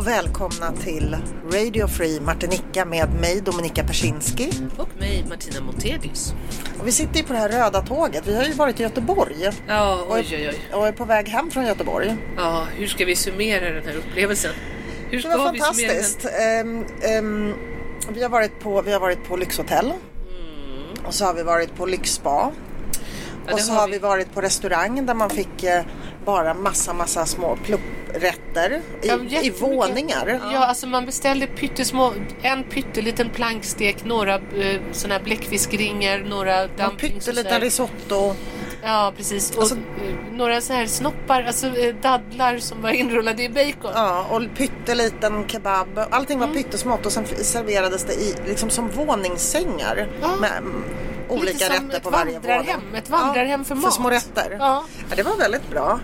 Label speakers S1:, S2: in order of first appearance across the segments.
S1: välkomna till Radio Free Martinica med mig Dominika Persinski.
S2: Och mig, Martina Montelius.
S1: Och vi sitter ju på det här röda tåget. Vi har ju varit i Göteborg
S2: Ja, oj, oj, oj.
S1: och är på väg hem från Göteborg.
S2: Ja, hur ska vi summera den här upplevelsen? Hur
S1: Det
S2: ska
S1: var
S2: vi summera den?
S1: fantastiskt. Ehm, ehm, vi, har varit på, vi har varit på lyxhotell och så har vi varit på lyxspa.
S2: det
S1: och så
S2: har
S1: har vi
S2: vi.
S1: varit på restaurang där man fick eh, bara massa, massa små plupprätter i,
S2: Ja,
S1: i
S2: jättemycket.
S1: våningar.
S2: Ja, alltså man beställde pyttesmå, en pytteliten plankstek, några eh, såna här bläckfiskringar, några
S1: En
S2: dumplings och så
S1: pytteliten
S2: här.
S1: risotto.
S2: Ja, precis. Och
S1: Alltså-
S2: eh, några så här snoppar, alltså eh, dadlar som var inrullade i bacon.
S1: Ja, och pytteliten kebab. Allting
S2: Mm.
S1: var pyttesmått och sen f- serverades det i, liksom som våningssängar
S2: Ja.
S1: med mm, olika
S2: som
S1: rätter
S2: ett
S1: på varje
S2: vandrarhem,
S1: våning.
S2: ett vandrarhem för
S1: För
S2: mat.
S1: små rätter.
S2: Ja. Mm.
S1: Ja, det var väldigt bra.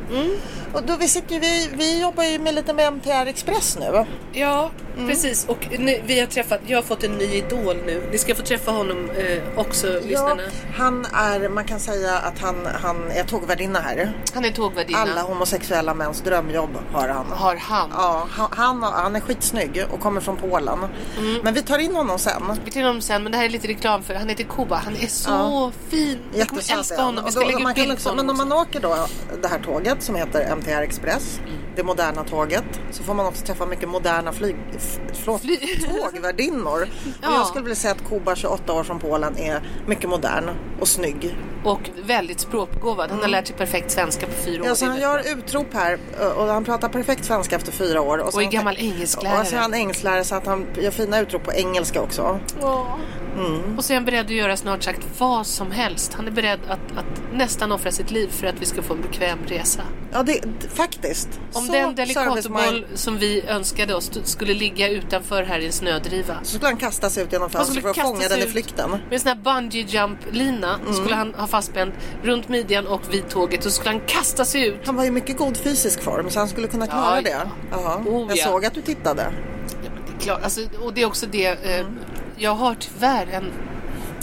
S1: Och då vi, sitter, ju- vi, vi jobbar ju med lite med MTR Express nu.
S2: Ja,
S1: Mm.
S2: precis. Och nu, vi har träffat, jag har fått en ny idol nu. Ni ska få träffa honom eh, också, lyssnarna.
S1: han är, man kan säga att han, han är tågvärdinna här.
S2: Han är tågvärdinna.
S1: Alla homosexuella mäns drömjobb har han.
S2: har han.
S1: Ja, han- han, han är skitsnygg och kommer från Polen.
S2: Mm.
S1: Men vi tar in honom sen.
S2: Vi till honom sen, men det här är lite reklam för han heter Kuba. Han är så
S1: Ja.
S2: fin. Vi kommer
S1: Jättesöt
S2: älska
S1: är han.
S2: honom. Vi
S1: Och
S2: ska
S1: då-
S2: lägga
S1: man
S2: ut
S1: kan
S2: bild
S1: också-
S2: på honom.
S1: Men om man åker då det här tåget som heter MTR Express,
S2: Mm.
S1: det moderna tåget, så får man också träffa mycket moderna flyg, f- förlåt, tågvärdinnor.
S2: Ja.
S1: Och jag skulle vilja säga att Kuba, 28 år från Polen, är mycket modern och snygg.
S2: Och väldigt språkbegåvad. Han har lärt sig perfekt svenska på fyra år.
S1: Mm. Ja, så Alltså, han
S2: Det-
S1: gör utrop här eh, och han pratar perfekt svenska efter fyra år. så
S2: är
S1: han-
S2: gammal engelsklärare.
S1: Och så är han engelsklärare så att han gör fina utrop på engelska också.
S2: Ja.
S1: Mm.
S2: Och så är han beredd att göra snart sagt vad som helst. Han är beredd att, att nästan offra sitt liv för att vi ska få en bekväm resa.
S1: Ja, det, d- faktiskt.
S2: Om
S1: Så
S2: den
S1: service-mind-
S2: delikatoboll som vi önskade oss skulle ligga utanför här i en snödriva.
S1: Så skulle han kasta sig ut genom
S2: Han
S1: fönstret
S2: skulle
S1: för att
S2: kasta
S1: fånga
S2: sig
S1: den i
S2: ut
S1: flykten.
S2: Med en sån här bungee jump lina
S1: Mm.
S2: skulle han ha fastspänd runt midjan och vid tåget och så skulle han kasta sig ut.
S1: Han var i mycket god fysisk form så han skulle kunna klara
S2: Ja,
S1: det. Jaha.
S2: Oh,
S1: jag
S2: ja.
S1: såg att du tittade.
S2: Ja, men det är klart. Alltså, och det är också det, eh,
S1: Mm.
S2: jag har tyvärr en...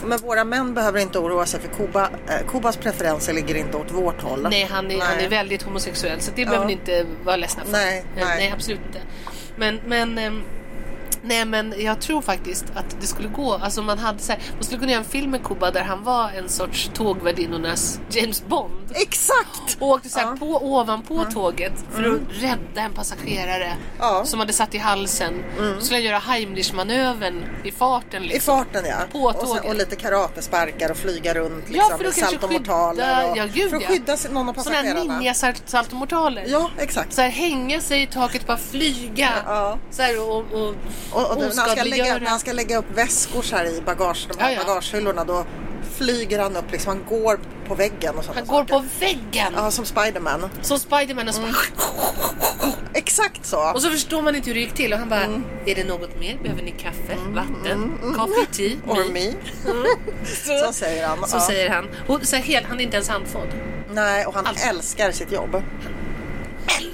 S1: Men våra män behöver inte oroa sig för Kuba, eh, Kubas preferenser ligger inte åt vårt håll.
S2: Nej han, är, han är väldigt homosexuell så det behöver ni inte vara ledsna för.
S1: Nej,
S2: Eh,
S1: nej.
S2: nej absolut inte. Men, men, ehm, nej, men jag tror faktiskt att det skulle gå. Alltså man, hade så här, man skulle kunna göra en film med Kuba där han var en sorts tågvärdinnornas James Bond.
S1: Exakt!
S2: Och åkte så här på, ovanpå tåget för att
S1: Mm.
S2: rädda en passagerare
S1: Ja. Mm.
S2: som hade satt i halsen. Då skulle jag göra Heimlich-manövern i farten.
S1: I
S2: Liksom.
S1: farten ja.
S2: På
S1: och, sen,
S2: tåget.
S1: och lite karatesparkar och flyga runt
S2: Ja,
S1: liksom,
S2: för då
S1: i
S2: kanske
S1: saltomortaler.
S2: skydda...
S1: och-
S2: Ja, gud,
S1: för att
S2: ja.
S1: skydda sin- någon av
S2: Såna här
S1: passagerarna.
S2: ninjasaltomortaler.
S1: Ja, exakt.
S2: Så här, hänga sig i taket, bara flyga.
S1: Ja.
S2: Så här, och, och,
S1: Och, och när, han ska lägga,
S2: oskadliggöra.
S1: när han ska lägga upp väskor så här i bagage, de här
S2: Ja, ja.
S1: bagagehyllorna då flyger han upp liksom. Han går på väggen och sådana
S2: Han går
S1: saker.
S2: på väggen
S1: Ja, Mm. som Spiderman.
S2: som Spiderman och så,
S1: Exakt så.
S2: och så förstår man inte hur det gick till och han bara
S1: Mm.
S2: Är det något mer? Behöver ni kaffe? Vatten? Coffee? Tea?
S1: Or
S2: me?"
S1: me.
S2: Så,
S1: Så säger han.
S2: så
S1: ja.
S2: säger han. Och så här, helt, han är inte ens handfådd.
S1: Nej, och han
S2: Alltså.
S1: älskar sitt jobb.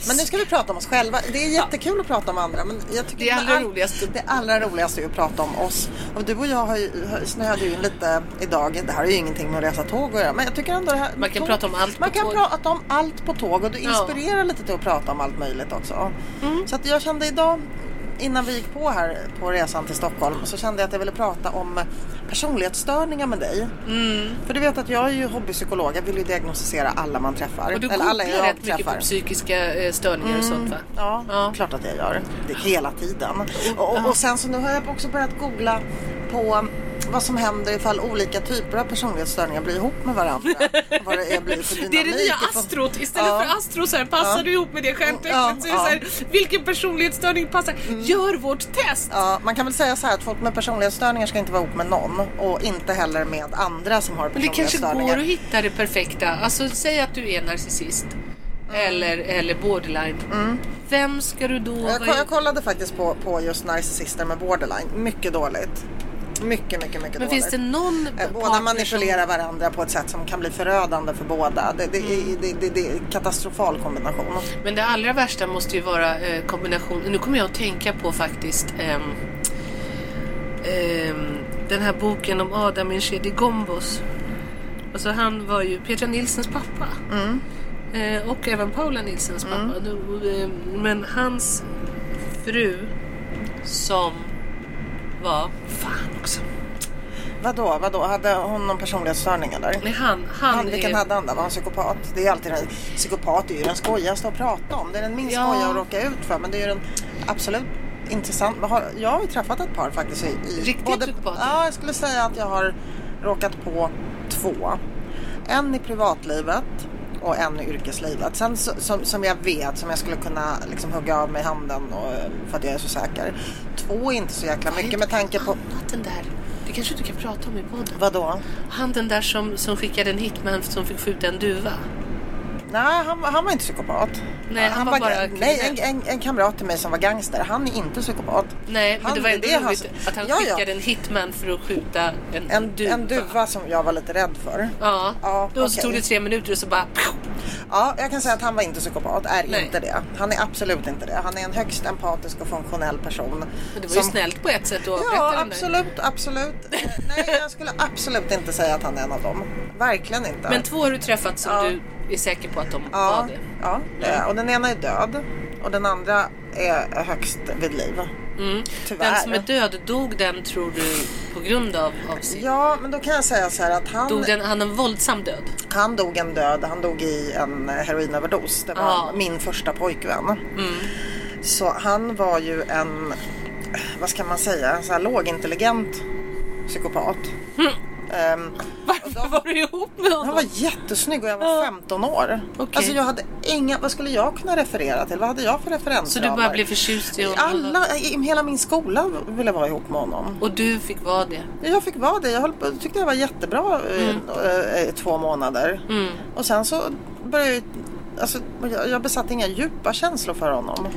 S1: Men nu ska vi prata om oss själva. Det är jättekul att prata om andra. Men jag tycker
S2: Det är
S1: med
S2: allra
S1: all-
S2: roligast.
S1: Det allra roligaste är att prata om oss. Och du och jag har ju, har- snöade ju in lite idag. Det här är ju ingenting med att resa tåg att göra. Men jag tycker ändå det här. med
S2: Man kan
S1: tåg,
S2: prata om allt på
S1: Man kan
S2: tåg.
S1: prata om allt på tåg. Och du
S2: Ja. Mm.
S1: inspirerar lite till att prata om allt möjligt också. Så att jag kände idag. Innan vi gick på här på resan till Stockholm så kände jag att jag ville prata om personlighetsstörningar med dig. För du vet att jag är ju hobbypsykolog. Jag vill ju diagnostisera alla man träffar.
S2: Och du
S1: Eller alla Mm.
S2: googlar
S1: jag
S2: rätt mycket
S1: träffar.
S2: på psykiska eh, störningar och sånt va?
S1: Ja,
S2: Ja.
S1: klart att jag gör. Det hela tiden. Och, och, och sen så nu har jag också börjat googla på vad som händer ifall olika typer av personlighetsstörningar blir ihop med varandra. vad det är, blir för
S2: Det är det
S1: dynamik
S2: nya
S1: ifrån-
S2: astrot. Istället
S1: Ja.
S2: för astro så här, passar du ihop med det stjärntecknet?
S1: Ja,
S2: så är det
S1: ja. Mm.
S2: så här, vilken personlighetsstörning passar? Gör vårt test!
S1: Ja, man kan väl säga så här att folk med personlighetsstörningar ska inte vara ihop med någon och inte heller med andra som har
S2: Men det kanske
S1: personlighetsstörningar.
S2: går att hitta det perfekta. Alltså säg att du är narcissist.
S1: Mm.
S2: Eller, eller borderline. Vem ska du då
S1: jag, ko-
S2: vara-
S1: jag kollade faktiskt på, på just narcissister med borderline. Mycket dåligt. Mycket, mycket, mycket
S2: Men
S1: dåligt.
S2: finns det någon
S1: Eh, Båda
S2: partner
S1: manipulerar varandra på ett sätt som kan bli förödande för båda. Det, det, är- det, det, det är en katastrofal kombination.
S2: som... Men det allra värsta måste ju vara eh, kombination. Nu kommer jag att tänka på faktiskt ehm, ehm, den här boken om Adam Inshedi Gombos. Alltså han var ju Petra Nilsens pappa.
S1: Mm.
S2: Eh, och även Paula Nilsens pappa. Nu, eh, Men hans ehm, fru som var... Fan också.
S1: Vadå, vadå, hade hon någon personlighetsstörning eller?
S2: Nej, han, han,
S1: Han, vilken
S2: är...
S1: hade han då? Var han psykopat? Det är ju alltid den psykopat är ju den skojigaste att prata om. Det är den minst
S2: Ja.
S1: skojiga att råka ut för. Men det är ju den absolut intressant. Jag har, jag har ju träffat ett par faktiskt. I, i,
S2: Riktiga psykopater?
S1: Ja, jag skulle säga att jag har råkat på två. En i privatlivet och en i yrkeslivet. Sen så, som, som jag vet, som jag skulle kunna liksom hugga av mig handen och, för att jag är så säker. Två är inte så jäkla mycket med tanke på...
S2: Annat den där. Det kanske du kan prata om i podden.
S1: Vadå?
S2: Han den där som, som skickade en hitman som fick skjuta en duva.
S1: Nej, han, han var inte psykopat.
S2: Nej, han var bara kriminell.
S1: nej en, en, en kamrat till mig som var gangster, han är inte psykopat.
S2: Nej, men
S1: Han-
S2: det var ändå
S1: det är
S2: roligt
S1: hans-
S2: att han
S1: Ja, ja.
S2: skickade en hitman för att skjuta en,
S1: En,
S2: duva.
S1: en duva som jag var lite rädd för.
S2: Ja,
S1: Ja,
S2: då så
S1: okej.
S2: tog det tre minuter och så bara...
S1: Ja, jag kan säga att han var inte psykopat, är
S2: Nej.
S1: inte det. Han är absolut inte det. Han är en högst empatisk och funktionell person.
S2: Men det var ju
S1: som-
S2: snällt på ett sätt att
S1: Ja,
S2: avrätta den där.
S1: absolut, absolut. Eh, Nej, jag skulle absolut inte säga att han är en av dem. Verkligen inte.
S2: Men två har du träffat som
S1: Ja.
S2: du är säker på att de
S1: ja,
S2: var det.
S1: ja, eh, och den ena är död och den andra är högst vid liv.
S2: Mm.
S1: Tyvärr.
S2: Den som är död, dog den tror du på grund av, av sin...
S1: Ja, men då kan jag säga så här att han
S2: Dog den, han en våldsam död?
S1: Han dog en död, han dog i en eh, heroinöverdos. Det var
S2: Ja. Mm.
S1: min första pojkvän. Så han var ju en, vad ska man säga, en så här lågintelligent psykopat. Ehm,
S2: Varför var du ihop med honom?
S1: han var jättesnygg och jag var 15 år.
S2: Okej.
S1: Alltså jag hade inga, vad skulle jag kunna referera till? Vad hade jag för referensramar?
S2: Så du bara blev förtjust i honom?
S1: Alla, i hela min skola ville vara ihop med honom.
S2: Och du fick vara det?
S1: Jag fick vara det. Jag höll, på- tyckte jag var jättebra eh,
S2: Mm.
S1: eh, eh, två månader. Och sen så började jag, alltså, jag, jag besatte inga djupa känslor för honom.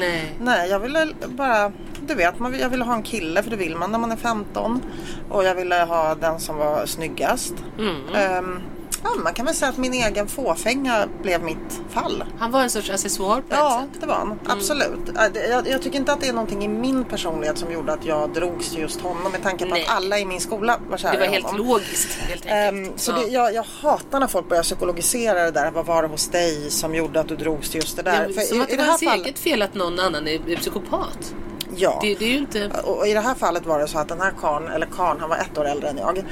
S2: Nej.
S1: Nej, jag ville bara, du vet, man, vill- jag ville ha en kille för det vill man när man är 15. Och jag ville ha den som var snyggast.
S2: Mm.
S1: Ehm, ja, man kan väl säga att min egen fåfänga blev mitt fall.
S2: Han var en sorts accessoar på ett
S1: Ja,
S2: sätt?
S1: det var han. Absolut. Ja, det- Jag, jag tycker inte att det är någonting i min personlighet som gjorde att jag drogs till just honom med tanke på
S2: Nej.
S1: att alla i min skola var kära
S2: Det var
S1: i
S2: helt
S1: honom.
S2: logiskt helt
S1: Ehm,
S2: enkelt.
S1: så
S2: ja.
S1: det, jag, jag hatar när folk börjar psykologisera det där. Vad var det hos dig som gjorde att du drogs till just det där?
S2: Ja,
S1: För
S2: som
S1: i,
S2: att
S1: i det
S2: det var
S1: här
S2: hans
S1: fallet,
S2: eget fel att någon annan är, är psykopat.
S1: ja.
S2: Det, det är ju inte...
S1: Och, och i det här fallet var det så att den här karln, eller karln, han var ett år äldre än jag, eh,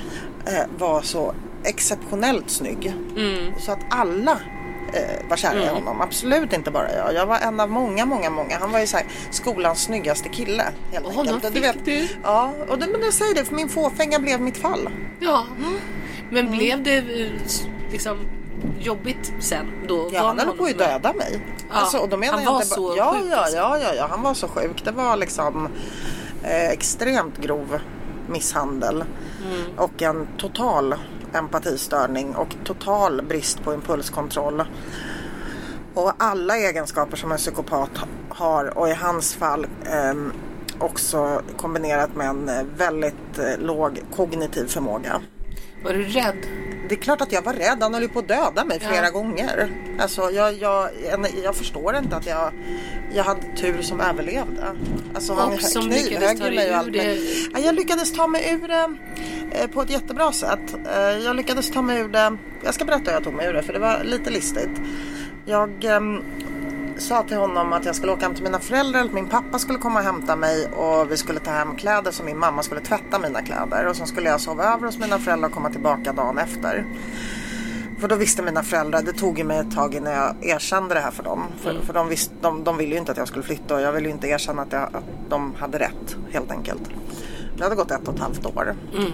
S1: var så exceptionellt snygg.
S2: mm.
S1: Så att alla eh, var kära i honom. Absolut inte bara jag. Jag var en av många, många, många. Han var ju så här, skolans snyggaste kille. Helt
S2: Och
S1: enkelt.
S2: honom
S1: Och du
S2: fick du.
S1: Ja, och det, men jag säger det, för min fåfänga blev mitt fall.
S2: Ja.
S1: Mm.
S2: Men blev det eh, s- liksom jobbigt sen? Då
S1: Ja,
S2: Var
S1: han höll
S2: någon
S1: på att
S2: med?
S1: döda mig. Alltså,
S2: Ja, han var
S1: bara-
S2: så
S1: ja,
S2: sjuk
S1: ja,
S2: alltså.
S1: ja, ja, ja, han var så sjuk. Det var liksom eh, extremt grov misshandel
S2: Mm.
S1: och en total empatistörning och total brist på impulskontroll. Och alla egenskaper som en psykopat har och i hans fall ehm, också kombinerat med en eh, väldigt eh, låg kognitiv förmåga.
S2: Var du rädd?
S1: Det är klart att jag var rädd. Han höll ju på att döda mig flera
S2: Ja.
S1: gånger. Alltså, jag, jag, en- jag förstår inte att jag, jag hade tur som överlevde. Alltså, han
S2: Och som
S1: knivhögg
S2: lyckades ta dig
S1: mig och
S2: ur
S1: allt, men-
S2: det.
S1: Ja, Jag lyckades ta mig ur det eh, på ett jättebra sätt. Eh, Jag lyckades ta mig ur det. Jag ska berätta hur jag tog mig ur det för det var lite listigt. Jag ehm, sa till honom att jag skulle åka hem till mina föräldrar, att min pappa skulle komma och hämta mig och vi skulle ta hem kläder så min mamma skulle tvätta mina kläder och sen skulle jag sova över hos mina föräldrar och komma tillbaka dagen efter. För då visste mina föräldrar, det tog ju mig ett tag innan jag erkände det här för dem. För,
S2: Mm.
S1: för de, visste, de, de ville ju inte att jag skulle flytta och jag ville ju inte erkänna att, jag, att de hade rätt helt enkelt. Det hade gått ett och ett halvt år
S2: Mm.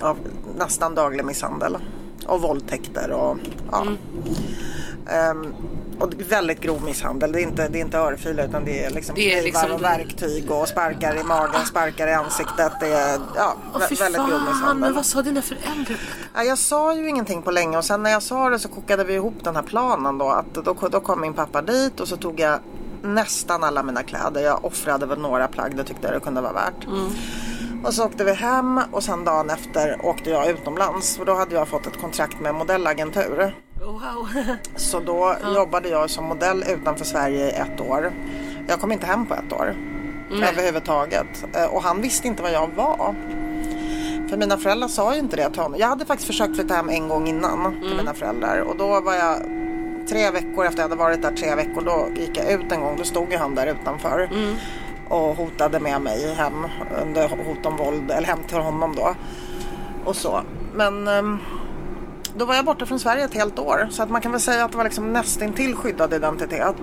S1: av nästan daglig misshandel och våldtäkter och ja.
S2: Mm.
S1: Ehm, och väldigt grov misshandel. Det är inte, det är inte örfilar utan det är liksom
S2: Det är
S1: knivar
S2: liksom-
S1: och verktyg och sparkar i magen, sparkar i ansiktet. Det är ja,
S2: Åh
S1: vä-
S2: fy
S1: väldigt grov
S2: fan, men
S1: misshandel.
S2: vad sa dina föräldrar?
S1: Ja, Jag sa ju ingenting på länge och sen när jag sa det så kokade vi ihop den här planen då. Att då, då kom min pappa dit och så tog jag nästan alla mina kläder. Jag offrade väl några plagg, det tyckte jag det kunde vara värt. Och så åkte vi hem och sen dagen efter åkte jag utomlands. För då hade jag fått ett kontrakt med en modellagentur.
S2: Wow.
S1: Så då jobbade jag som modell utanför Sverige i ett år. Jag kom inte hem på ett år överhuvudtaget. Eh, Och han visste inte vad jag var. För mina föräldrar sa ju inte det till honom. Jag hade faktiskt försökt flytta hem en gång innan
S2: Mm.
S1: till mina föräldrar. Och då var jag
S2: Mm.
S1: tre veckor efter jag hade varit där tre veckor. Då gick jag ut en gång. Då stod ju han där utanför. och hotade med mig hem under hot om våld, eller hem till honom då. Och så. Men ehm, då var jag borta från Sverige ett helt år så att man kan väl säga att det var liksom nästintill skyddad identitet.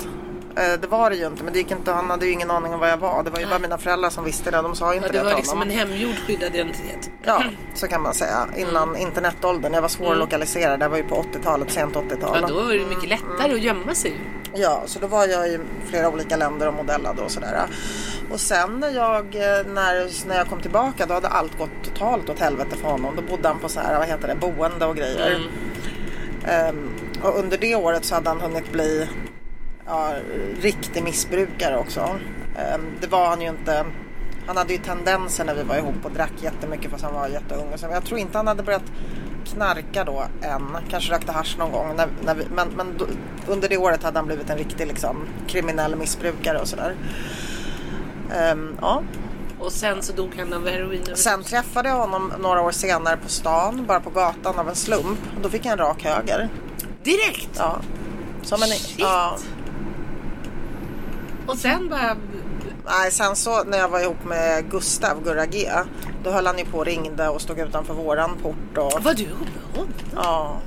S1: Eh, Det var det ju inte, men det gick inte, han hade ju ingen aning om vad jag var. Det var ju bara mina föräldrar som visste det, de sa ju inte
S2: Ja,
S1: det,
S2: det
S1: till
S2: var liksom
S1: honom.
S2: en hemgjord skyddad identitet.
S1: Ja, så kan man säga. Innan
S2: Mm.
S1: internetåldern. Jag var svårlokaliserad. Det var ju på 80-talet, sent 80-tal.
S2: Ja, då var det
S1: Mm,
S2: mycket lättare att gömma sig.
S1: Ja, så då var jag i flera olika länder och modellade och sådär. Och sen när jag, eh, när, när jag kom tillbaka då hade allt gått totalt åt helvete för honom. Då bodde han på så här, vad heter det, boende och grejer.
S2: Mm.
S1: Ehm, och under det året så hade han hunnit bli ja, riktig missbrukare också. Ehm, det var han ju inte. Han hade ju tendenser när vi var ihop och drack jättemycket fast han var jätteung. Och så, men jag tror inte han hade börjat knarka då än. Kanske rökte hasch någon gång. När, när vi, men men då, under det året hade han blivit en riktig liksom, kriminell missbrukare och sådär. Ehm, ja.
S2: Och sen så dog han av heroin.
S1: Sen träffade jag honom några år senare på stan, bara på gatan av en slump. Då fick jag en rak höger.
S2: Direkt!
S1: Ja. Som en,
S2: Shit.
S1: ja.
S2: Och sen bara...
S1: Nej, sen så när jag var ihop med Gustav, Gurra G, då höll han ju på och ringde och stod utanför våran port. Och,
S2: Var du ihop med honom?
S1: ja.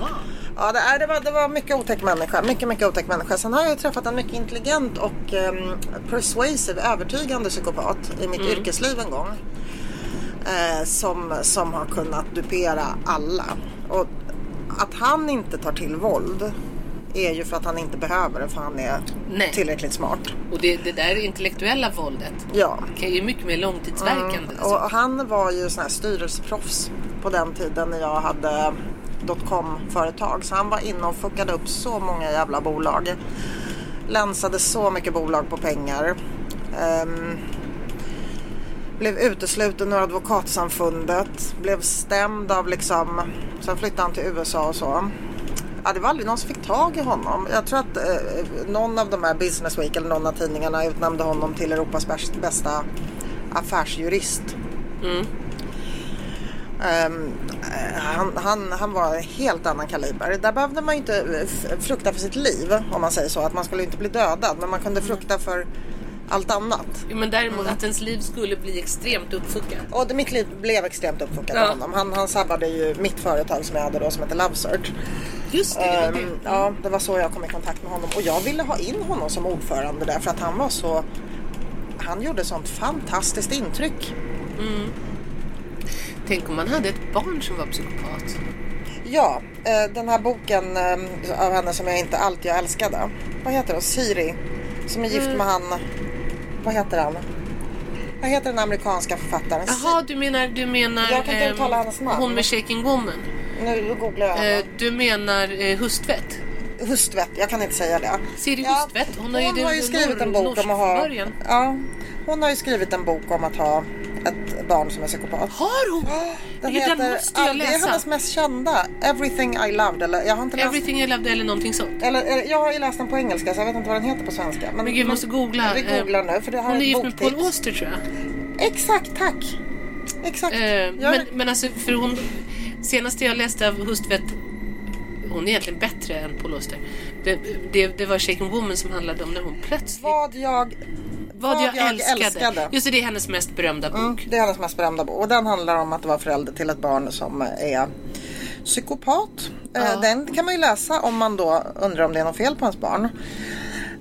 S2: Ja.
S1: Ja, det, är, det, var, det var mycket otäck människa. Mycket, mycket otäck människa. Sen har jag ju träffat en mycket intelligent och ehm, persuasive, övertygande psykopat i mitt yrkesliv en gång. Eh, som, som har kunnat dupera alla. Och att han inte tar till våld är ju för att han inte behöver det, för han är
S3: Nej.
S1: tillräckligt smart.
S3: Och det, det där intellektuella våldet
S1: Ja.
S3: kan ju mycket mer långtidsverkande.
S1: Och han var ju sån här styrelseproffs på den tiden när jag hade dotcom-företag. Så han var inne och fuckade upp så många jävla bolag. Länsade så mycket bolag på pengar. Ehm, blev utesluten ur advokatsamfundet. Blev stämd av liksom... Sen flyttade han till USA och så. Ja, det var aldrig någon som fick tag i honom. Jag tror att eh, någon av de här Business Week eller någon av tidningarna utnämnde honom till Europas bäst- bästa affärsjurist. Ehm, eh, han, han, han var en helt annan kaliber. Där behövde man ju inte eh, f- frukta för sitt liv om man säger så. Att man skulle inte bli dödad men man kunde frukta för allt annat.
S2: Jo, Men däremot att ens liv skulle bli extremt uppfuckat.
S1: Och det, mitt liv blev extremt uppfuckat av
S2: Ja.
S1: honom. Han, han sabbade ju mitt företag som jag hade då som hette Love Search.
S2: Just det, det, var
S1: Ehm,
S2: det.
S1: ja, det var så jag kom i kontakt med honom. Och jag ville ha in honom som ordförande där för att han var så... Han gjorde sånt fantastiskt intryck.
S3: Tänk om man hade ett barn som var psykopat.
S1: Alltså, Ja, eh, den här boken eh, av henne som jag inte alltid jag älskade. Vad heter hon? Siri. Som är gift med han... Vad heter han? Vad heter den amerikanska författaren?
S3: Jaha, du menar... Du menar
S1: Jag kan inte
S3: ehm,
S1: uttala hennes namn.
S3: Hon med shaking woman.
S1: Nu googlar jag
S3: Eh,
S1: henne.
S3: du menar eh, hustvätt?
S1: Hustvedt, jag kan inte säga det.
S3: Siri
S1: Ja,
S3: Hustvedt, hon
S1: hon
S3: har ju den- den
S1: skrivit en
S3: nor-
S1: bok om att ha...
S3: norskförhören.
S1: Ja, hon har ju skrivit en bok om att ha ett barn som är psykopat.
S3: Har hon?
S1: Ah, Den
S3: Jo,
S1: heter,
S3: den måste jag
S1: ja, det är
S3: läsa.
S1: hennes mest kända, Everything I Loved. Eller, jag har inte läst
S3: Everything I loved eller någonting sånt.
S1: Eller, eller, jag har ju läst den på engelska så jag vet inte vad den heter på svenska.
S3: Men gud, jag måste googla.
S1: Vi googlar
S3: Eh,
S1: nu för det här
S3: Hon är
S1: ett
S3: gift med Paul
S1: boktips.
S3: Auster tror jag.
S1: Exakt, tack. Exakt.
S3: Eh,
S1: Gör
S3: men,
S1: det.
S3: men alltså, för hon... Senaste jag läste av Hustvedt, hon är egentligen bättre än Paul Auster. Det, det, det var Shaking Woman som handlade om när hon plötsligt...
S1: vad jag,
S3: vad jag, älskade. Just det, det är hennes mest berömda bok.
S1: Mm, det är hennes mest berömda bok. Och den handlar om att vara förälder till ett barn som är psykopat. Eh, Den kan man ju läsa om man då undrar om det är något fel på ens barn.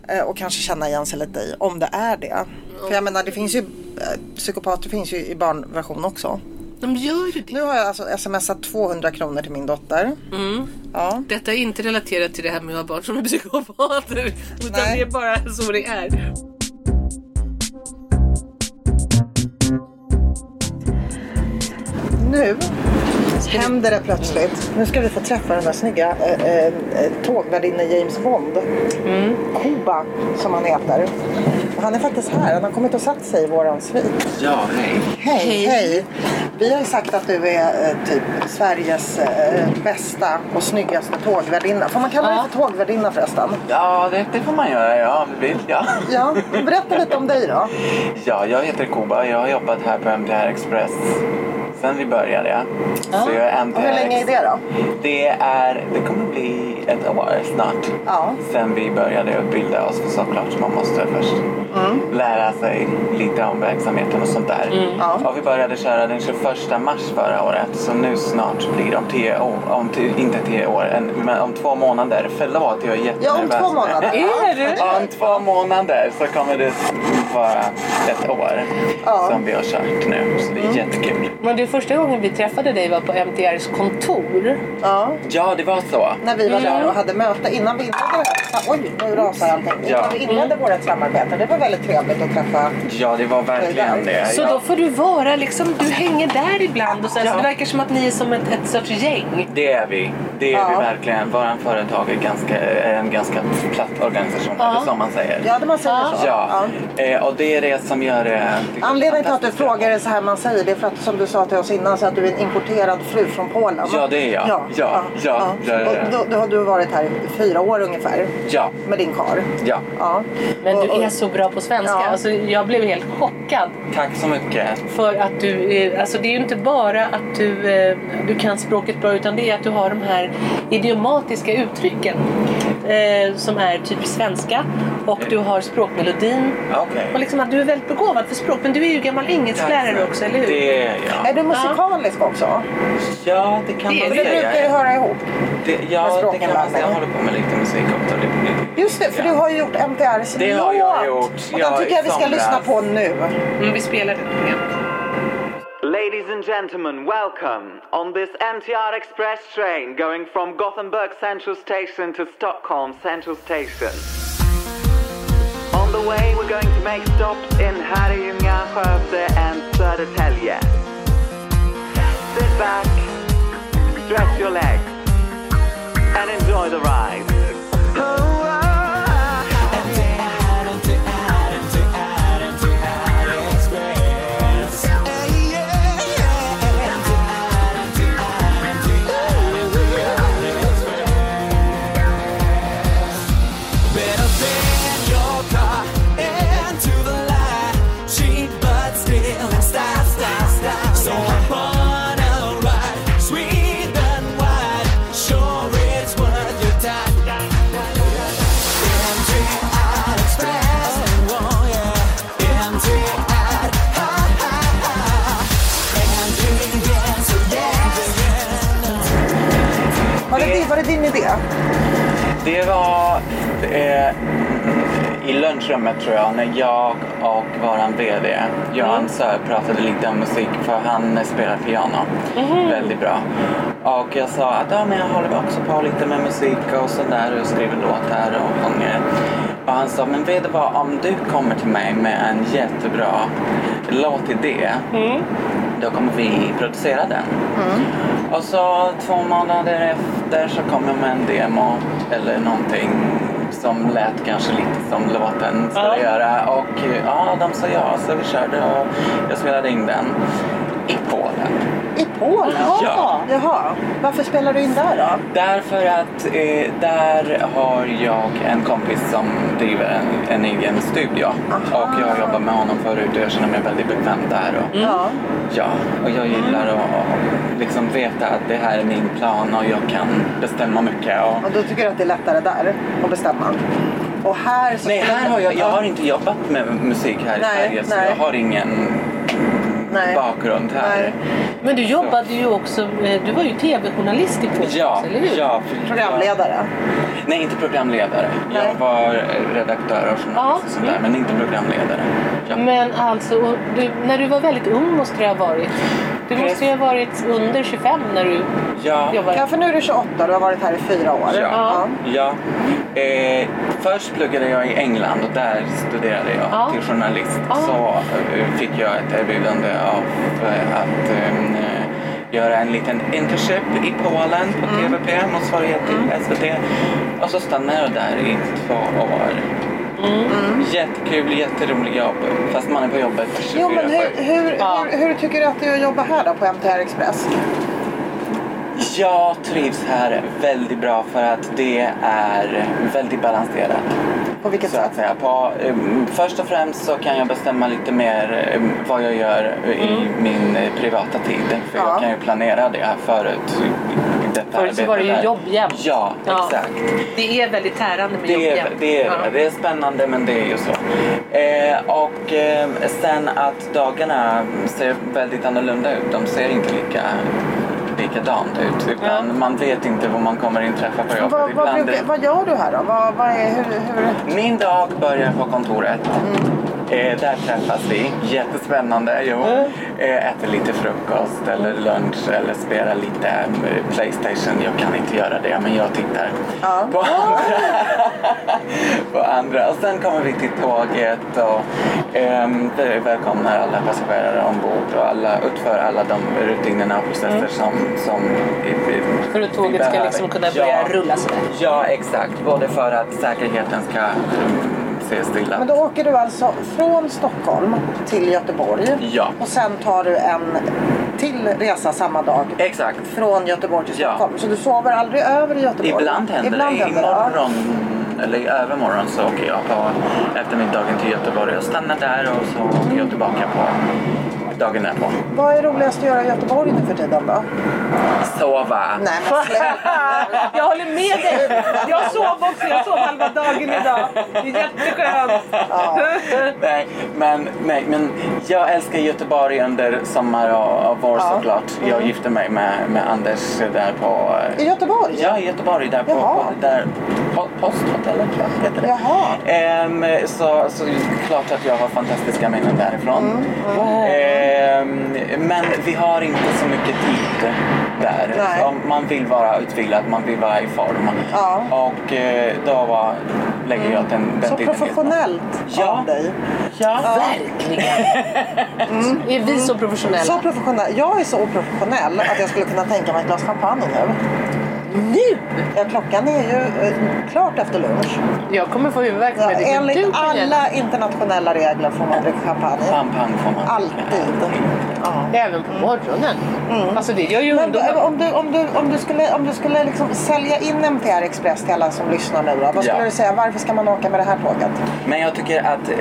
S1: Eh, Och kanske känna igen sig lite i om det är det. För jag menar det finns ju eh, psykopater finns ju i barnversion också.
S3: De gör ju det.
S1: Nu har jag alltså smsat 200 kronor till min dotter.
S2: Mm.
S1: Ja.
S3: Mm. Detta är inte relaterat till det här med att ha barn som är psykopater. Utan
S1: Nej.
S3: det är bara så det är.
S1: Nu händer det plötsligt. Nu ska vi få träffa den där snygga eh, eh, tågvärdinne James Bond. Kuba, som han heter. Han är faktiskt här. Han har kommit och satt sig i våran svit.
S4: Ja, hej.
S1: Hej, hej. Vi har ju sagt att du är eh, typ Sveriges eh, bästa och snyggaste tågvärdinna. Får man kalla dig för tågvärdinna förresten?
S4: Ja, det, det får man göra ja, om du vill. Ja.
S1: Ja, berätta lite om dig då.
S4: ja, jag heter Kuba. Jag har jobbat här på MTR Express sen vi började. Så jag är en
S1: Och hur länge är det då?
S4: Det är, det kommer bli ett år snart.
S1: Ja.
S4: Sen vi började utbilda oss, för såklart man måste först
S1: Mm.
S4: lära sig lite om verksamheten och sånt där.
S1: Ja.
S4: Och vi började köra den 21 mars förra året, så nu snart blir det om tio år, om tio, inte tio år, en, men om två månader. Förlåt, jag är jättenervös.
S1: Ja, om två månader.
S4: Är Om två månader så kommer det vara ett år
S1: Ja. Mm.
S4: som vi har kört nu, så det är jättekul.
S3: Men det första gången vi träffade dig var på MTRs kontor.
S1: Ja.
S4: Ja, det var så.
S1: När vi var
S4: Mm.
S1: där och hade möte innan vi inledde det här. Oj, nu rasar allting.
S4: Ja.
S1: Innan vi inledde vårt samarbete. Det var väldigt trevligt att träffa.
S4: Ja, det var verkligen det.
S3: Så
S4: Ja.
S3: då får du vara liksom, du hänger där ibland och så, här, så det verkar som att ni är som ett, ett sorts gäng.
S4: Det är vi. Det är
S1: Ja.
S4: vi verkligen. Våran företag är, ganska, är en ganska platt organisation,
S3: Ja.
S4: eller som man säger.
S1: Ja, det man säger så.
S4: Ja. Eh, och det är det som gör eh, det... det
S1: Anledningen till att du
S4: fantastiska.
S1: frågar är så här man säger det är för att som du sa till oss innan så att du är en importerad fru från Polen.
S4: Ja, det är jag. Ja, ja, ja, ja, ja.
S1: Och då, då har du varit här i fyra år ungefär
S4: Ja,
S1: med din kar.
S4: ja.
S1: Ja.
S3: Men
S1: Och-
S3: du
S1: och-
S3: är så bra på svenska.
S1: Ja.
S3: Alltså, jag blev helt chockad
S4: Tack så mycket.
S3: för att du... eh, Alltså, det är ju inte bara att du, eh, du kan språket bra utan det är att du har de här idiomatiska uttrycken eh, som är typ svenska och du har språkmelodin.
S4: Okej.
S3: Och liksom att du är väldigt begåvad för språk. Men du är ju gammal engelsklärare också, eller hur?
S4: Det är jag.
S1: Är du musikalisk också?
S4: Ja, det kan
S3: Det är
S4: man
S1: För det brukar ju
S4: säga.
S1: höra ihop.
S4: Det, ja, det kan man säga. Jag
S1: språkinlärning.
S4: håller på med lite musik också. Det, det,
S1: Just det, för
S4: Ja.
S1: du har ju gjort MTRs
S4: Det har
S1: låt.
S4: jag gjort.
S1: Och
S4: Ja,
S1: den tycker
S4: i
S1: jag vi ska
S4: somras.
S1: lyssna på nu.
S3: Mm, vi spelar den igen.
S5: Ladies and gentlemen, welcome on this MTR express train going from Gothenburg Central Station to Stockholm Central Station. On the way, we're going to make stops in Herrljunga, Skövde and Södertälje. Sit back, stretch your legs, and enjoy the ride.
S6: Better bend your car into the light. Cheap but still in style, style, style. So I'm on a ride, sweet and wide. Sure it's worth your time. MTR Express, oh yeah. MTR, ha ha ha. MTR, so yes.
S1: Var det, din- var det din idé?
S4: det var eh, i lunchrummet tror jag, när jag och våran VD Johan Sör pratade lite om musik för han spelar piano väldigt bra. Och jag sa att ja, men jag håller också på lite med musik och sådär och skriver låtar och sjunger. Och han sa, men vet du vad, om du kommer till mig med en jättebra låtidé, då kommer vi producera den. Och så två månader efter så kom jag med en demo eller någonting som lät kanske lite som låten skulle göra. Och eh, ja, de sa ja, så vi körde och jag spelade in den i Polen.
S1: I Polen?
S4: Ja.
S1: Jaha. Varför spelar du in där då?
S4: Därför att eh, där har jag en kompis som driver en, en egen studio. Och jag har jobbat med honom förut och jag känner mig väldigt bekväm där. Och,
S1: Ja.
S4: Ja, och jag gillar att att liksom veta att det här är min plan och jag kan bestämma mycket. Och...
S1: Och då tycker du att det är lättare där att bestämma? Och här så...
S4: Nej, här har jag, jag har inte jobbat med musik här i
S1: Nej,
S4: Sverige så
S1: nej.
S4: jag har ingen
S1: Nej.
S4: bakgrund här.
S1: Nej.
S3: Men du jobbade ju också, eh, du var ju tv-journalist i Polen,
S4: Ja,
S3: eller hur?
S4: ja,
S1: Programledare.
S4: Nej, inte programledare.
S1: Nej.
S4: Jag var redaktör och journalist
S3: Ja,
S4: och sånt där, men inte programledare. Ja.
S2: Mm.
S3: Men alltså, och du, när du var väldigt ung måste du ha varit. Du måste ju ha varit under 25 när du
S4: Ja.
S3: jobbade.
S1: Ja, för nu är du 28 du har varit här i fyra år.
S4: Ja. ja. Eh, först pluggade jag i England och där studerade jag
S3: Ja.
S4: till journalist.
S3: Ah.
S4: Så eh, fick jag ett erbjudande av eh, att ehm, eh, göra en liten internship i Polen på
S3: Mm.
S4: TVP, motsvarighet till SVT. Och så stannade jag där i två år.
S3: Mm.
S1: Mm.
S4: Jättekul, jätterolig jobb. Fast man är på jobbet 24
S1: Jo, men hur,
S4: sju.
S1: hur,
S3: Ja.
S1: hur, hur tycker du att det är att jobba här då på MTR Express?
S4: Jag trivs här väldigt bra för att det är väldigt balanserat.
S1: På vilket
S4: så att
S1: sätt?
S4: säga. På, ehm, först och främst så kan jag bestämma lite mer ehm, vad jag gör i
S3: Mm.
S4: min eh, privata tid. För
S1: Ja.
S4: jag kan ju planera det här förut. Detta
S3: Förut så var det
S4: arbete
S3: ju
S4: där.
S3: jobb jämt.
S4: Ja, exakt.
S3: Det är väldigt tärande med jobb
S4: Det är
S3: jämt.
S4: det, är,
S3: Ja.
S4: det är spännande men det är ju så. Eh, och eh, sen att dagarna ser väldigt annorlunda ut. De ser inte lika likadant ut. Utan
S3: Ja.
S4: man vet inte vad man kommer inträffa på jobbet.
S1: Vad, vad,
S4: Ibland
S1: brukar,
S4: är-
S1: vad gör du här då? Vad, vad är, hur, hur...
S4: Min dag börjar på kontoret.
S3: Mm.
S4: Eh, där träffas vi. Jättespännande. Jo. Eh, äter lite frukost eller
S3: Mm.
S4: lunch eller spelar lite eh, Playstation. Jag kan inte göra det men jag tittar
S1: Ja.
S4: på, andra. på andra. Och sen kommer vi till tåget och ehm, vi välkomnar alla passagerare ombord och alla, utför alla de rutinerna och processer som, som vi, vi,
S3: Mm. För att tåget ska
S4: behöver.
S3: liksom kunna
S4: Ja.
S3: börja rulla sådär.
S4: Ja, exakt. Både för att säkerheten ska mm, se stilla.
S1: Men då åker du alltså från Stockholm till Göteborg
S4: Ja.
S1: och sen tar du en till resa samma dag
S4: Exakt.
S1: från Göteborg till
S4: Ja.
S1: Stockholm. Så du sover aldrig över i Göteborg?
S4: Ibland händer
S1: Ibland
S4: det.
S1: händer ja.
S4: Imorgon eller i övermorgon så åker jag på eftermiddagen till Göteborg och stannar där och så åker jag tillbaka på dagen därpå.
S1: Vad är roligast att göra i Göteborg nu för tiden då?
S4: Sova.
S1: Nej men sluta.
S3: Jag håller med dig. Jag sov också. Jag sov halva dagen idag. Det är jätteskönt.
S4: Nej, men, nej, men jag älskar Göteborg under sommar och, och vår
S1: Ja.
S4: såklart. Jag gifte mig med, med Anders där på... eh,
S1: I Göteborg?
S4: Ja, i Göteborg. Där på,
S1: Jaha.
S4: på där, po- posthotellet tror jag heter det.
S1: Jaha.
S4: Ehm, så, så det är klart att jag har fantastiska minnen därifrån.
S1: Mm,
S4: Ehm, men vi har inte så mycket tid där.
S1: Nej.
S4: Så om man vill vara utvilad, man vill vara i form.
S1: Ja.
S4: Och eh, då var, lägger jag den, den
S1: Så
S4: tiden just nu.
S1: professionellt
S4: Ja.
S1: av dig.
S4: Ja.
S3: Verkligen. Är vi så
S1: Så
S3: professionella?
S1: professionell. Jag är så oprofessionell att jag skulle kunna tänka mig ett glas champagne nu.
S3: Nu!
S1: Ja, klockan är ju eh, klart efter lunch.
S3: Jag kommer få huvudvärk
S1: Ja,
S3: med det. men
S1: enligt
S3: du kan göra
S1: alla internationella regler får man dricka champagne.
S4: Pang, pang får man.
S1: Alltid. Ja.
S3: det. Även på morgonen.
S4: Mm.
S3: Alltså det gör ju
S1: Men
S3: ungdomar.
S1: då, om du, om du, om du skulle, om du skulle liksom sälja in en PR Express till alla som lyssnar nu då, vad skulle
S4: Ja.
S1: du säga? Varför ska man åka med det här tåget?
S4: Men jag tycker att eh,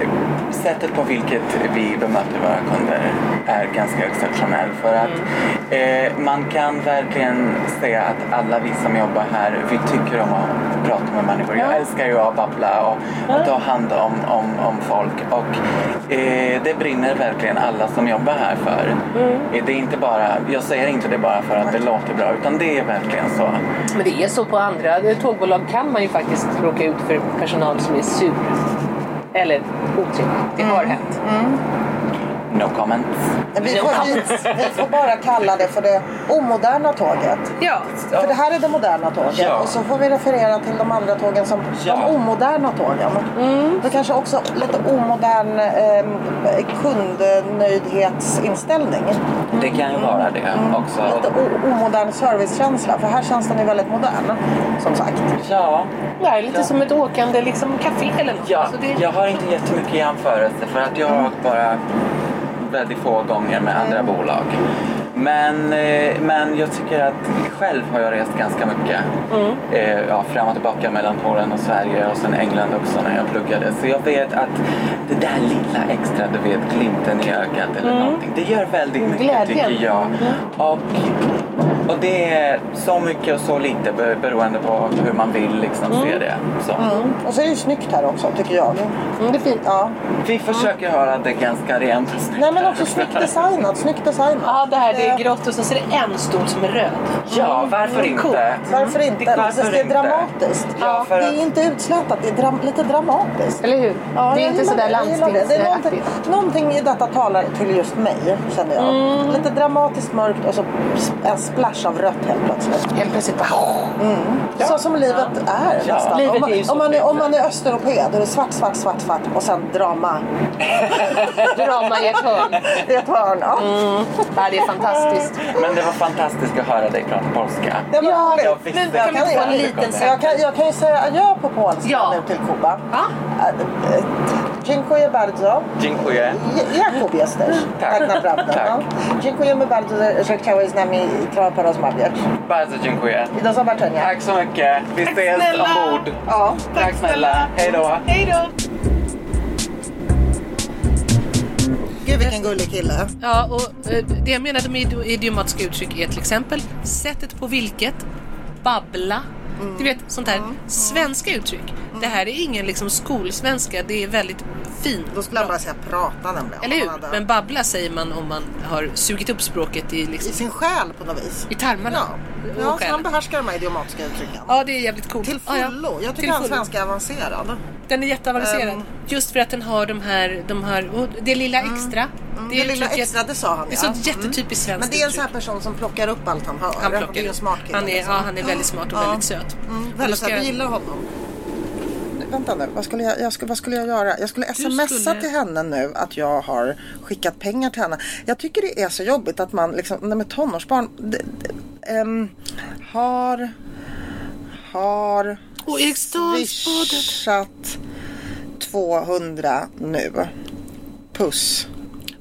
S4: sättet på vilket vi bemöter våra kunder är ganska exceptionellt. För att eh, man kan verkligen se att alla vi som jobbar här, vi tycker om att prata med människor. Jag älskar ju att babbla och, och ta hand om, om, om folk. Och eh, det brinner verkligen alla som jobbar här för. Eh, Det är inte bara, jag säger inte det bara för att det låter bra, utan det är verkligen så.
S3: Men det är så på andra tågbolag kan man ju faktiskt råka ut för personal som är sur. Eller otrevlig. Det har hänt.
S4: No comments.
S1: Vi får, vi, vi får bara kalla det för det omoderna tåget.
S3: Ja.
S1: För det här är det moderna tåget
S4: Ja.
S1: och så får vi referera till de andra tågen som
S4: Ja.
S1: de omoderna tågen. Mm. Det kanske också lite omodern eh, kundnöjdhetsinställning.
S4: Det kan ju vara det också.
S1: Lite o- omodern servicekänsla för här känns den ju väldigt modern som sagt.
S4: Ja.
S3: Det här är lite som ett åkande liksom, café eller något.
S4: Ja,
S3: Alltså det,
S4: jag har inte jättemycket jämförelse för att jag har åkt bara väldigt få gånger med andra
S3: Mm.
S4: bolag. Men, eh, men jag tycker att själv har jag rest ganska mycket.
S3: Mm.
S4: Eh, Ja, fram och tillbaka mellan Polen och Sverige och sen England också när jag pluggade. Så jag vet att det där lilla extra, du vet glimten i ögat eller någonting. Det gör väldigt mycket
S3: Mm. Glädjen. Mm.
S4: tycker jag. Och, och det är så mycket och så lite be- beroende på hur man vill liksom se det. Så.
S1: Mm. Och så är det ju snyggt här också tycker jag.
S3: mm, det är fint.
S1: Ja.
S4: Vi försöker höra det ganska rent och snyggt.
S1: Nej men också snyggt designat. Snyggt designat.
S3: Ja, det här det är
S1: Eh,
S3: grått och sen så är det en stol som är röd.
S4: Ja, varför inte?
S1: Varför inte?
S4: Det- varför
S1: Precis, det är
S4: inte?
S1: dramatiskt.
S4: Ja, för
S1: det
S4: att-
S1: är inte utslätat, det är dram- lite dramatiskt.
S3: Eller hur? det
S1: Ja,
S3: är
S1: jag
S3: inte
S1: gillar
S3: sådär
S1: jag gillar det. Det är någonting,
S3: landstingsaktigt.
S1: någonting i detta talar till just mig, känner jag.
S3: Mm.
S1: Lite dramatiskt mörkt och så en splash av rött helt plötsligt.
S3: Helt plötsligt bara...
S1: Så som livet är
S4: Ja.
S1: nästan.
S3: Livet
S1: om, man,
S3: är ju så
S1: om, man är, om
S4: fint.
S1: man är östeuropé, då är det svart, svart, svart, svart och sen drama
S3: Drama i ett hörn.
S1: i ett hörn. Ja.
S3: Mm. Ja, det är fantastiskt.
S4: Men det var fantastiskt att höra dig prata polska.
S1: Det var
S3: Ja,
S1: roligt.
S4: jag visste
S3: men
S4: det.
S3: kan vi få en
S4: Jag
S3: liten
S4: visste det.
S1: jag, kan, jag kan ju säga adjö på polska
S3: Ja.
S1: nu till Kuba.
S3: Ja.
S1: Äh, äh, Dziękuję bardzo.
S4: Dziękuję.
S1: J- Jakub jesteś, tak,
S4: Tak.
S1: naprawdę.
S4: Tak.
S1: No. Dziękujemy bardzo, że chciałeś z nami trochę porozmawiać.
S4: Bardzo dziękuję.
S1: I do zobaczenia.
S4: Tack så mycket. Vi ses
S2: snälla.
S4: ombord.
S1: O.
S4: Tack snälla. Hej då.
S2: Hej då!
S1: Gud vilken gullig kille.
S2: Ja, och eh, det jag menade med idi- idiomatiska uttryck är till exempel sättet på vilket, babbla,
S1: Mm.
S2: du vet sånt här svenska uttryck. Det här är ingen liksom skolsvenska, det är väldigt fint.
S1: Då skulle han bara säga prata nämligen.
S2: Eller
S1: Han
S2: hur?
S1: hade-
S2: Men babbla säger man om man har sugit upp språket i,
S1: I
S2: liksom,
S1: sin själ på något vis.
S2: i tarmarna.
S1: Ja, ja
S2: Och
S1: så han
S2: själen.
S1: behärskar de här idiomatiska uttrycken.
S2: ja, det är jävligt coolt.
S1: Till
S2: Ja, ja.
S1: fullo. Jag
S2: Till
S1: tycker hans
S2: fullo.
S1: svenska är avancerad.
S2: Den är jätteavancerad.
S1: Ehm. Mm.
S2: Just för att den har de här, de här och det lilla extra.
S1: Det, lilla
S2: uttrycket-
S1: extra, det sa han
S2: Det är
S1: ja. Mm.
S2: så jättetypiskt
S1: Men
S2: svenskt
S1: det är en sån
S2: uttryck.
S1: här person som plockar upp allt han hör.
S2: Han
S1: Det är
S2: plockar
S1: ju en smart kille.
S2: han är,
S1: liksom.
S2: ja, han är väldigt smart och
S1: Ja.
S2: väldigt söt.
S1: Mm,
S2: Och då
S1: väldigt
S2: ska
S1: ska... Vi
S2: jag-
S1: gillar honom. Vänta nu, vad skulle jag, jag skulle, vad skulle jag göra? Jag skulle smsa
S2: skulle-
S1: till henne nu att jag har skickat pengar till henne. Jag tycker det är så jobbigt att man liksom, nej men tonårsbarn d, d, ehm, har, har
S2: Och Eriksdalsbadet.
S1: swishat 200 nu. Puss.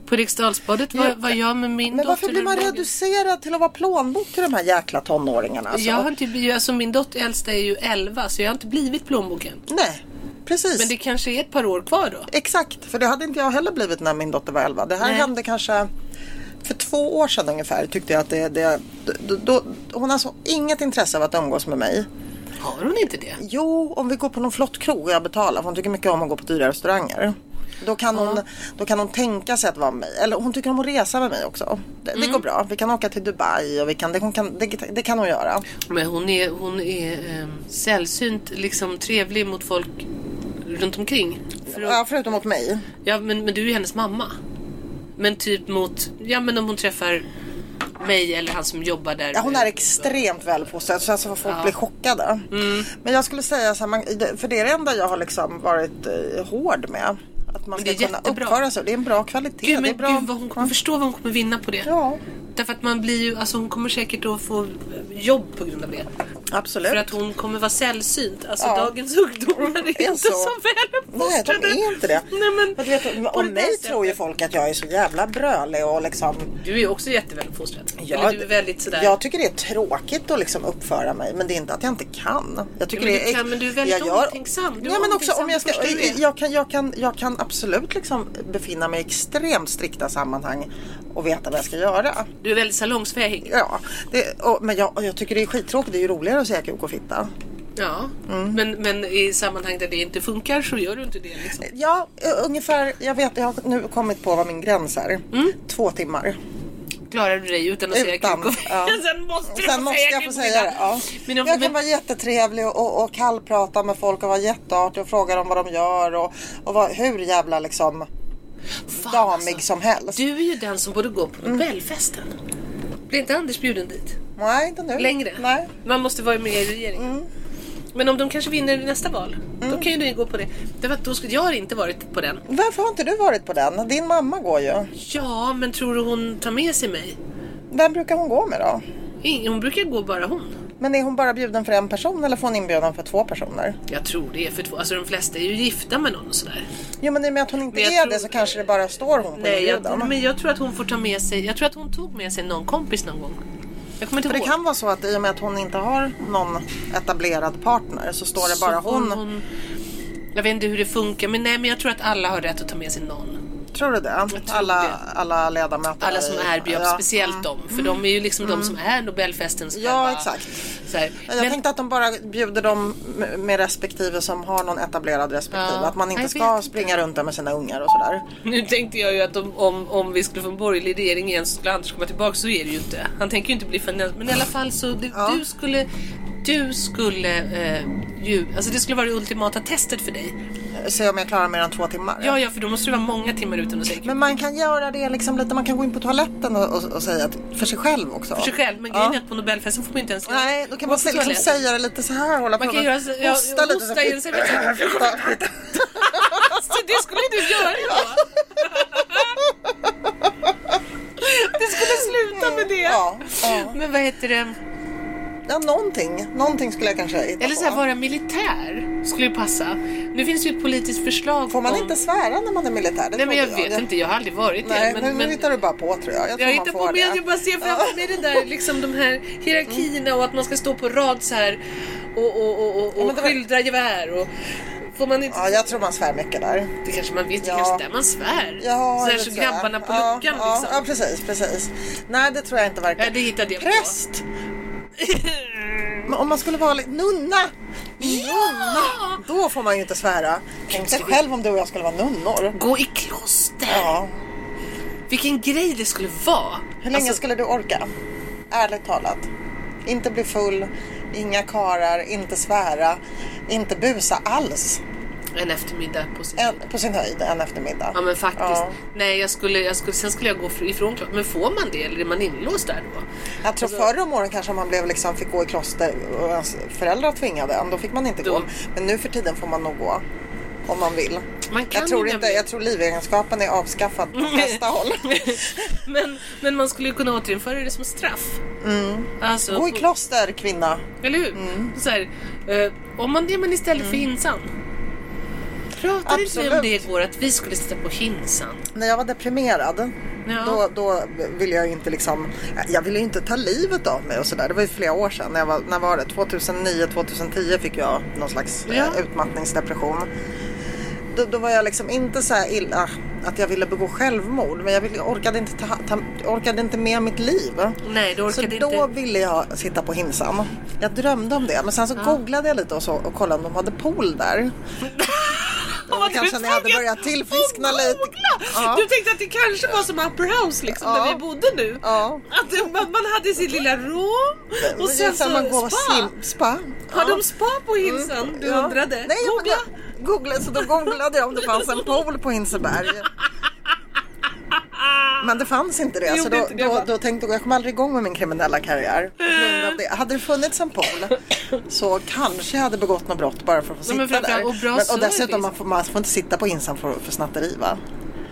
S2: På Eriksdalsbadet, vad, vad jag med min
S1: Men
S2: dotter...
S1: varför blir man
S2: och-
S1: reducerad till att vara plånbok till de här jäkla tonåringarna? Alltså?
S2: Jag har inte, blivit- alltså min dotter äldsta är ju 11 så jag har inte blivit plånboken.
S1: Nej, precis.
S2: Men det kanske är ett par år kvar då.
S1: Exakt, för det hade inte jag heller blivit när min dotter var 11. Det här
S2: Nej.
S1: hände kanske för två år sedan ungefär. Tyckte jag att det, det, då, då, hon har så inget intresse av att umgås med mig.
S2: Har hon inte det?
S1: Jo, om vi går på någon flott krog och jag betalar, för hon tycker mycket om att gå på dyra restauranger. Då kan, hon, då kan hon tänka sig att vara med mig. Eller hon tycker om att resa med mig också. Det,
S2: Mm.
S1: det går bra. Vi kan åka till Dubai och vi kan, det, hon kan, det, det kan hon göra.
S2: Men hon är, hon är ehm, sällsynt liksom trevlig mot folk runt omkring. För att-
S1: Ja, förutom åt mig.
S2: Ja, men, men du är ju hennes mamma. Men typ mot, ja men om hon träffar mig eller han som jobbar där.
S1: Ja, hon är extremt välfostrad så alltså folk
S2: Ja. Mm.
S1: blir chockade. Men jag skulle säga så här, man, för det är det enda jag har liksom varit eh, hård med. Att man
S2: Men
S1: ska
S2: det är
S1: kunna
S2: jättebra.
S1: uppföra sig. Det är en bra kvalitet.
S2: Gud,
S1: det är
S2: men
S1: bra.
S2: gud vad hon kommer förstå vad hon kommer vinna på det.
S1: Ja,
S2: Därför att man blir ju, alltså hon kommer säkert att få eh, jobb på grund av det.
S1: absolut.
S2: För att hon kommer vara sällsynt. Alltså
S1: Ja.
S2: dagens ungdomar är,
S1: är
S2: inte
S1: så.
S2: så, väl
S1: Nej, de är inte det.
S2: Nej, men,
S1: Men du vet,
S2: på det
S1: om mig
S2: där
S1: tror ju folk att jag är så jävla brölig och liksom...
S2: sättet. Du är ju också jätteväluppfostrad.
S1: Ja,
S2: Eller du är väldigt sådär.
S1: Jag tycker det är tråkigt att liksom uppföra mig men det är inte att jag inte kan. Jag tycker
S2: Ja,
S1: det
S2: men du
S1: är,
S2: kan, men du är väldigt
S1: jag gör-
S2: omtänksam. Du är
S1: ja, men också om jag, ska,
S2: omtänksam först du är.
S1: jag, kan, jag, kan, jag kan absolut liksom befinna mig i extremt strikta sammanhang och veta vad jag ska göra.
S2: Du är väldigt salongsfähig.
S1: Ja, det, och, men jag, och jag tycker det är skittråkigt. Det är ju roligare att säga kuk och fitta.
S2: Ja.
S1: Mm.
S2: Men, men i sammanhang där det inte funkar så gör du inte det. Liksom.
S1: Ja, eh, ungefär. Jag vet, jag har nu kommit på vad min gräns är.
S2: Mm.
S1: Två timmar.
S2: Klarar du dig utan att säga
S1: Utan,
S2: kuk och
S1: ja.
S2: Sen måste du
S1: Sen
S2: få
S1: måste
S2: säga
S1: jag
S2: kuk
S1: få
S2: och
S1: säga det.
S2: middag.
S1: Ja.
S2: Men om,
S1: jag kan
S2: men,
S1: vara jättetrevlig och, och kallprata med folk och vara jätteartig och fråga dem vad de gör och, och vara hur jävla liksom
S2: fan,
S1: damig
S2: alltså.
S1: som helst.
S2: Du är ju den som borde gå
S1: Mm.
S2: på Nobelfesten. Blir inte Anders bjuden dit?
S1: Nej, inte nu.
S2: Längre?
S1: Nej. Mm.
S2: Man måste vara med i regeringen. Men om de kanske vinner nästa val, då kan ju du gå på det. Därför att då skulle, jag har inte varit på den.
S1: Varför har inte du varit på den? Din mamma går ju.
S2: Ja, men tror du hon tar med sig mig?
S1: Vem brukar hon gå med då?
S2: Ing- Hon brukar gå bara hon.
S1: Men är hon bara bjuden för en person eller får hon inbjudan för två personer?
S2: Jag tror det är för två, alltså de flesta är ju gifta med någon och sådär.
S1: Jo men i och med att hon inte
S2: Men jag
S1: är
S2: tror-
S1: det så kanske det bara står hon på
S2: Nej,
S1: inbjudan.
S2: jag, men jag tror att hon får ta med sig, jag tror att hon tog med sig någon kompis någon gång. Jag kommer inte
S1: För det
S2: ihåg.
S1: kan vara så att i och med att hon inte har någon etablerad partner så står det
S2: Så
S1: bara
S2: får
S1: hon.
S2: Jag vet inte hur det funkar, men nej men jag tror att alla har rätt att ta med sig någon.
S1: Tror du det?
S2: tror
S1: alla,
S2: det.
S1: alla ledamöter.
S2: Alla som
S1: i-
S2: är bjöd,
S1: ja. Mm.
S2: speciellt de. För de är ju liksom de som är Nobelfestens
S1: Ja,
S2: själva-
S1: exakt.
S2: Så här.
S1: Jag tänkte att de bara bjuder dem med- med respektive som har någon etablerad respektive.
S2: Ja.
S1: Att man inte
S2: Jag
S1: ska
S2: vet
S1: springa runt där med sina ungar och sådär.
S2: Nu tänkte jag ju att om, om, om vi skulle få en borgerlig regering igen så skulle Anders komma tillbaka, så är det ju inte. Han tänker ju inte bli finansminister. Men i alla fall så du,
S1: Ja.
S2: du skulle, du skulle eh, ju, alltså det skulle vara det ultimata testet för dig.
S1: Se om jag klarar mer än två timmar.
S2: Ja, ja, för då måste du vara många timmar utan att säga
S1: Men man kan göra det liksom lite, man kan gå in på toaletten och, och, och säga att, för sig själv också.
S2: för sig själv. Men grejen är att på Nobelfesten får man inte ens
S1: Nej, då kan
S2: gå
S1: man
S2: på
S1: se, liksom
S2: toaletten.
S1: säga det lite så här. Hålla
S2: Man
S1: på
S2: kan
S1: med-
S2: göra så- ja, hosta i en servett.
S1: Hosta.
S2: Så
S1: Alltså,
S2: det skulle du göra då? Det skulle sluta med det.
S1: Ja, ja.
S2: Men vad heter det?
S1: Ja, någonting. Någonting skulle jag kanske hitta
S2: Eller så
S1: på.
S2: här, vara militär skulle ju passa. Nu finns det ju ett politiskt förslag
S1: Får man
S2: om...
S1: inte svära när man är militär? Det
S2: Nej men jag
S1: trodde
S2: vet inte, jag har aldrig varit
S1: Nej,
S2: det.
S1: men, nu
S2: Men, men,
S1: hittar du bara på tror jag. Jag,
S2: jag
S1: tror
S2: hittar
S1: man
S2: på
S1: får
S2: men
S1: det.
S2: jag bara ser framför mig det där liksom de här hierarkierna och att man ska stå på rad så här och, och, och, och,
S1: Ja,
S2: och
S1: men det var-
S2: skildra gevär och... Får man inte...
S1: Ja, jag tror man svär mycket där.
S2: Det kanske man vet, det
S1: Ja.
S2: kanske är där man svär.
S1: Ja,
S2: så här
S1: det
S2: så
S1: tror jag.
S2: grabbarna på
S1: ja,
S2: luckan
S1: ja,
S2: liksom.
S1: Ja, precis, precis. Nej, det tror jag inte
S2: Ja,
S1: verkar.
S2: det hittade jag på.
S1: Präst! Men om man skulle vara lite nunna! Nunna! Då får man ju inte svära. Tänk dig själv om du och jag skulle vara nunnor.
S2: Gå i kloster!
S1: Ja.
S2: Vilken grej det skulle vara!
S1: Hur länge skulle du orka? Ärligt talat. Inte bli full, inga karar, inte svära, inte busa alls.
S2: En eftermiddag på sin
S1: En, på sin höjd en eftermiddag.
S2: Ja men faktiskt.
S1: Ja.
S2: Nej jag skulle, jag skulle, sen skulle jag gå ifrån klart. Men får man det eller är man inlåst där då?
S1: Jag
S2: Alltså-
S1: tror förr om åren kanske man blev liksom, fick gå i kloster och ens föräldrar tvingade en. Då fick man inte
S2: Då-
S1: gå. Men nu för tiden får man nog gå. Om man vill.
S2: Man kan
S1: Jag tror,
S2: ju
S1: inte,
S2: nämligen-
S1: jag tror livegenskapen är avskaffad på de flesta håll.
S2: Men, men man skulle ju kunna återinföra det som straff. Alltså,
S1: Mm. Gå i kloster Mm. kvinna.
S2: Eller hur? Så här, eh, om man det men istället för
S1: Mm.
S2: hinsan. Pratar inte vi om
S1: Absolut.
S2: det igår att vi skulle sitta på hinsan?
S1: När jag var deprimerad
S2: Ja.
S1: då, då ville jag ju inte liksom, jag ville ju inte ta livet av mig och sådär. Det var ju flera år sedan. När, jag var, när var det? 2009, 2010 fick jag någon slags eh,
S2: Ja.
S1: utmattningsdepression. Då, då var jag liksom inte så här illa att jag ville begå självmord men jag ville, orkade, inte ta, ta, orkade inte med mitt liv.
S2: Nej, du
S1: Så
S2: orkade
S1: då
S2: inte.
S1: ville jag sitta på Hinsan. Jag drömde om det men sen så googlade jag lite och, så, och kollade om de hade pool där. Det var
S2: Vad
S1: kanske
S2: du
S1: när jag hade
S2: frågar.
S1: börjat tillfriskna
S2: Åh,
S1: lite.
S2: googla!
S1: Ja.
S2: Du tänkte att det kanske var som Upper House liksom,
S1: Ja.
S2: där vi bodde nu.
S1: Ja.
S2: Att det- man, man hade sin lilla rom och sen så
S1: man går
S2: spa.
S1: Sim, spa.
S2: Har de spa på Hinsan? Du
S1: Mm. Ja.
S2: undrade?
S1: Nej, jag
S2: Googla!
S1: Googla. Googlade, så då googlade jag om det fanns en pool på Hinseberg. Men det fanns inte det,
S2: gjorde
S1: så då,
S2: inte det,
S1: då,
S2: va?
S1: då tänkte jag jag kommer aldrig igång med min kriminella karriär. på grund av det. Hade det funnits en pool så kanske jag hade begått något brott bara för att få
S2: Ja,
S1: sitta
S2: men
S1: där.
S2: framförallt- och bra
S1: och dessutom,
S2: service.
S1: man får, man får inte sitta på Hinsan för, för snatteri va?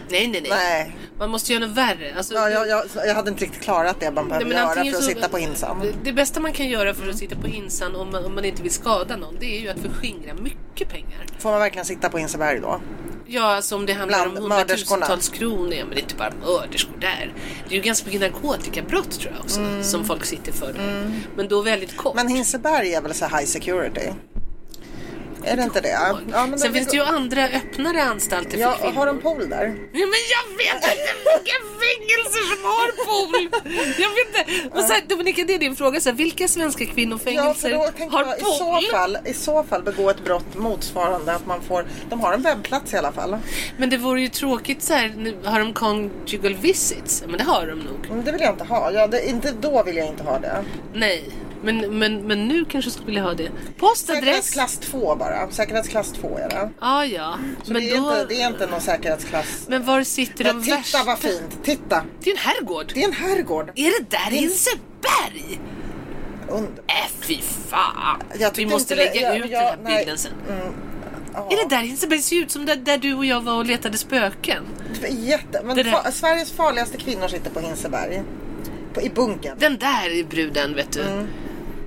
S2: Nej, nej, nej.
S1: Nej.
S2: Man måste göra något värre. Alltså,
S1: Ja, jag, jag, jag hade inte riktigt klarat det man
S2: nej,
S1: behöver
S2: men
S1: göra
S2: antingen
S1: för att
S2: så-
S1: sitta på Hinsan.
S2: Det, det bästa man kan göra för att sitta på Hinsan om man, om man inte vill skada någon, det är ju att förskingra mycket pengar.
S1: Får man verkligen sitta på Hinseberg då?
S2: Ja, alltså om det handlar
S1: Bland
S2: om
S1: mörderskorna.
S2: hundratusentals kronor. Ja, men det är inte bara mörderskor där. Det är ju ganska mycket narkotikabrott tror jag också, som folk sitter för. Men då väldigt kort.
S1: Mm. Men Hinseberg är väl så high security? Är det inte det? Ja, men
S2: Sen
S1: de-
S2: finns det ju andra öppnare anstalter
S1: Ja,
S2: för kvinnor.
S1: har de pool där?
S2: Nej, men jag vet inte vilka fängelser som har pool! Jag vet inte. Men så här, Dominika, det är din fråga. Så här, vilka svenska
S1: Ja,
S2: kvinnofängelser
S1: för då tänkte
S2: har
S1: jag i
S2: pool?
S1: så, fall, i så fall begå ett brott motsvarande att man får... De har en webbplats i alla fall.
S2: Men det vore ju tråkigt så här, nu, har de conjugal visits? Ja, Men det har de nog.
S1: Men det vill jag inte ha. Ja, det, inte då vill jag inte ha det.
S2: Nej. Men, men, men nu kanske jag skulle vilja ha det. Postadress? Ja,
S1: Säkerhetsklass 2 bara. Säkerhetsklass 2 är det.
S2: ah, ja.
S1: Så
S2: Men,
S1: det, är
S2: då,
S1: inte, det är inte någon säkerhetsklass.
S2: men var sitter
S1: Men
S2: de
S1: titta
S2: värsta?
S1: vad fint. Titta.
S2: Det är en herrgård.
S1: Det är en herrgård.
S2: Är det där Hinseberg?
S1: Underbart.
S2: Äh, fy fan.
S1: Jag
S2: Vi
S1: tyckte
S2: måste
S1: inte det-
S2: lägga
S1: jag-
S2: ut
S1: jag-
S2: den här
S1: nej. Mm.
S2: bilden sen. Är det där Hinseberg? Det ser ut som där, där du och jag var och letade spöken.
S1: Jätte, men
S2: Det där-
S1: fa, Sveriges farligaste kvinnor sitter på Hinseberg. På, I bunkern.
S2: Den där är bruden, vet du.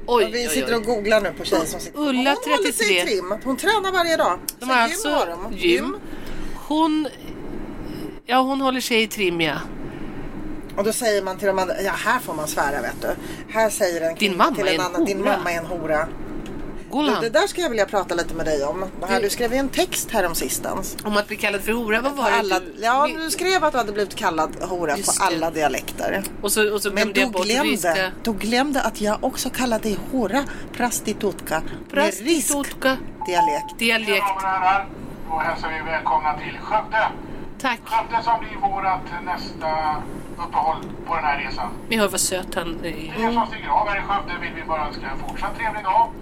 S1: Och
S2: Oj,
S1: Mm. vi
S2: oj,
S1: sitter och
S2: oj.
S1: googlar nu på tjejer som sitter.
S2: Ulla,
S1: hon håller sig i
S2: 33.
S1: trim. Hon tränar varje dag.
S2: De
S1: Så
S2: har
S1: gym
S2: alltså
S1: har de.
S2: gym. Hon... Ja, hon håller sig i trim, ja.
S1: Och då säger man till de andra, ja här får man svära vet du. Här säger en kvinna
S2: mamma
S1: till
S2: är
S1: en
S2: en
S1: annan, din
S2: hora."
S1: mamma är en hora. Du,
S2: Golan.
S1: det där ska jag vilja prata lite med dig om. Det här, du skrev ju en text här om sistens.
S2: Om att bli kallad för hora, vad var
S1: Alla,
S2: det du-
S1: ja, du skrev att du hade blivit kallad hora
S2: Just
S1: på
S2: det.
S1: alla dialekter.
S2: Och så, och så
S1: Men
S2: glömde
S1: du
S2: jag bort hur vi ska...
S1: glömde, du glömde att jag också kallade dig hora, prostitutka, med rysk
S2: Prostitutka,
S1: dialekt.
S7: Tjena
S2: dialekt.
S7: mina vänner. Då hälsar vi välkomna till Skövde.
S2: Tack.
S7: Skövde som blir vårt nästa uppehåll på den här resan.
S2: Ni hör vad söt han är.
S7: Till er som stiger av här i Skövde vill vi bara önska en fortsatt trevlig dag.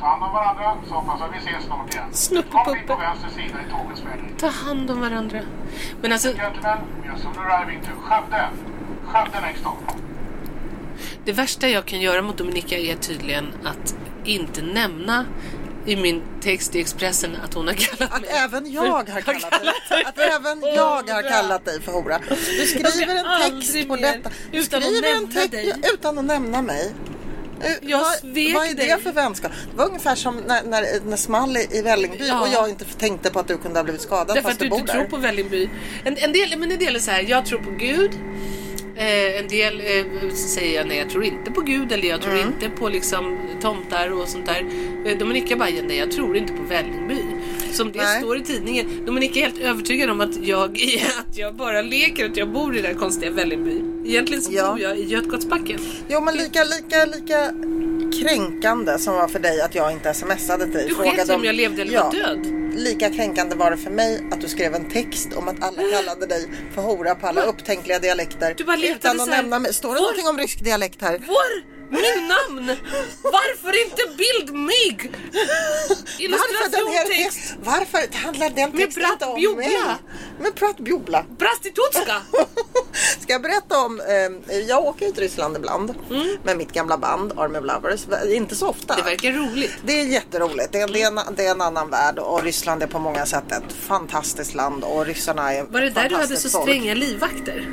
S7: Ta hand om varandra så hoppas att vi ses snart igen.
S2: Snuppepuppe.
S7: Kom in på vänster sida i tågets färder.
S2: Ta hand om varandra. Men alltså,
S7: Gentlemen, we are soon arriving to Skövde. Skövde next stop.
S2: det värsta jag kan göra mot Dominika är tydligen att inte nämna i min text i Expressen att hon har kallat
S1: Att
S2: mig.
S1: även jag har kallat, dig.
S2: dig
S1: Att
S2: för
S1: även jag har
S2: hora.
S1: kallat dig för hora. Du skriver en text
S2: aldrig
S1: på
S2: mer
S1: detta. Du
S2: utan att
S1: skriver en
S2: nämna
S1: text-
S2: dig.
S1: ja, Utan att nämna mig. Eh,
S2: Jag
S1: vad,
S2: svek
S1: vad är det
S2: dig.
S1: för vänskap? Det var ungefär som när, när, när small i, i Vällingby
S2: Ja.
S1: och jag inte tänkte på att du kunde ha blivit skadad
S2: Därför att
S1: fast
S2: du
S1: du bor
S2: inte
S1: där.
S2: tror på Vällingby. En, en, del, men en del är så här, jag tror på Gud. Eh, en del eh, säger jag nej, jag tror inte på Gud eller jag tror
S1: Mm.
S2: inte på liksom, tomtar och sånt där. Eh, Dominika bara, nej jag tror inte på Vällingby. Som det
S1: Nej.
S2: står i tidningen. Dominika är helt övertygad om att jag, att jag bara leker att jag bor i det där konstiga Vällingby. Egentligen så
S1: Ja.
S2: bor jag i Götgatsbacken.
S1: Jo men lika, lika, lika kränkande som var för dig att jag inte smsade dig.
S2: Du sket i om jag levde eller var död.
S1: Lika kränkande var det för mig att du skrev en text om att alla kallade dig för hora på alla upptänkliga dialekter.
S2: Du bara letade
S1: utan att
S2: så här,
S1: nämna mig. Står det
S2: "Var?"
S1: någonting om rysk dialekt här?
S2: Vår, mitt namn! Varför inte bild mig?
S1: Varför, den här
S2: Illustrationstext.
S1: text, varför det handlar den
S2: Med
S1: texten inte om
S2: prattbjobla.
S1: mig? Med prattbjobla.
S2: Prostitutska!
S1: Ska jag berätta om, eh, jag åker ju till Ryssland ibland med mitt gamla band Army of Lovers. Inte så ofta.
S2: Mm. Det verkar roligt.
S1: Det är jätteroligt. Det är, det, är en, det är en annan värld och Ryssland är på många sätt ett fantastiskt land och ryssarna är
S2: Var det där du hade
S1: fantastiskt
S2: så
S1: folk.
S2: stränga livvakter?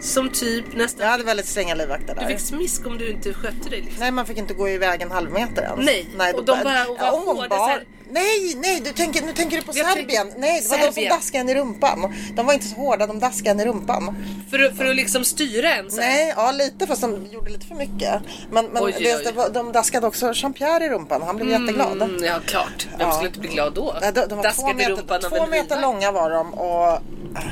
S2: Som typ
S1: Jag
S2: nästan...
S1: hade väldigt stränga livvakter där.
S2: Du fick smisk om du inte skötte dig. Liksom.
S1: Nej, man fick inte gå iväg en halv meter ens.
S2: Nej,
S1: då
S2: och de bara- och var
S1: Ja,
S2: hårda
S1: bar.
S2: så här.
S1: Nej, nej, du tänker, nu tänker du på
S2: Jag
S1: Serbien.
S2: tänker-
S1: Nej, det var de
S2: Serbien.
S1: som daskade en i rumpan. De var inte så hårda, de daskade en i rumpan.
S2: För, att- för att liksom styra en så här.
S1: Nej, ja lite fast de gjorde lite för mycket. Men, men
S2: Oj, oj,
S1: det,
S2: oj.
S1: Det var, de daskade också Jean-Pierre i rumpan. Han blev jätteglad.
S2: Mm, ja, klart. Vem
S1: Ja.
S2: skulle inte bli glad då?
S1: Nej, de, de var två
S2: Daskade rumpan
S1: meter,
S2: av
S1: två
S2: en
S1: meter
S2: livvakt.
S1: långa var de och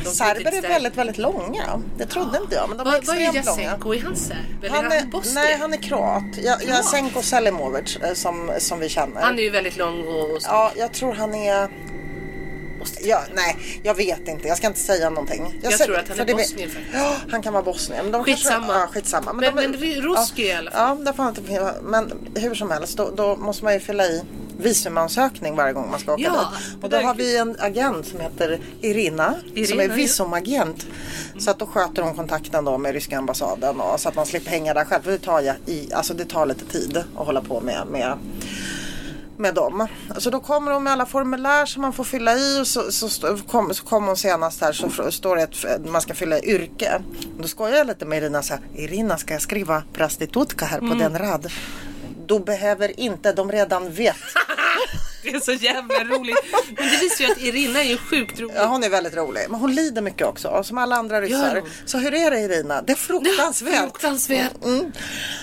S1: de serber är
S2: riktigt
S1: väldigt, väldigt långa. Det trodde inte jag, men de är
S2: Vad vad är
S1: extremt långa.
S2: Jasenko? Är han serb? Eller
S1: Han
S2: är han
S1: är,
S2: bosnier?
S1: nej, han är kroat. Ja- Jasenko Selimovic eh, som, som vi känner.
S2: Han är ju väldigt lång och... och
S1: Ja, jag tror han är... Ja, nej, jag vet inte. Jag ska inte säga någonting.
S2: Jag
S1: sä-
S2: tror att han
S1: för
S2: är
S1: det-
S2: bosnier faktiskt.
S1: Ja, han kan vara bosnier. Men de
S2: Skitsamma.
S1: Kanske, ja, skitsamma.
S2: Men-
S1: de,
S2: men ry- rysk i alla
S1: Ja, där får han inte finna- Men hur som helst, då, då måste man ju fylla i visumansökning varje gång man ska åka
S2: Ja,
S1: dit. Och då har vi en agent som heter Irina, som
S2: Irina,
S1: är
S2: ja.
S1: visumagent. Så att då sköter hon kontakten då med ryska ambassaden och, så att man slipper hänga där själv. För det tar, jag i, alltså det tar lite tid att hålla på med, med med dem. Så då kommer hon med alla formulär som man får fylla i och så, så, så, kom, så kom hon senast här så fr- står det att f- man ska fylla i yrke. Och då skojar jag lite med Irina så här, Irina ska jag skriva prostitutka här
S2: Mm.
S1: på den rad? Då behöver inte, de redan vet.
S2: Det är så jävla roligt. Men det visar ju att Irina är ju sjukt rolig.
S1: Ja, hon är väldigt rolig, men hon lider mycket också, som alla andra ryssar.
S2: hon?
S1: Så hur är det Irina? Det är fruktansvärt. Mm. Ehm.
S2: Fruktansvärt.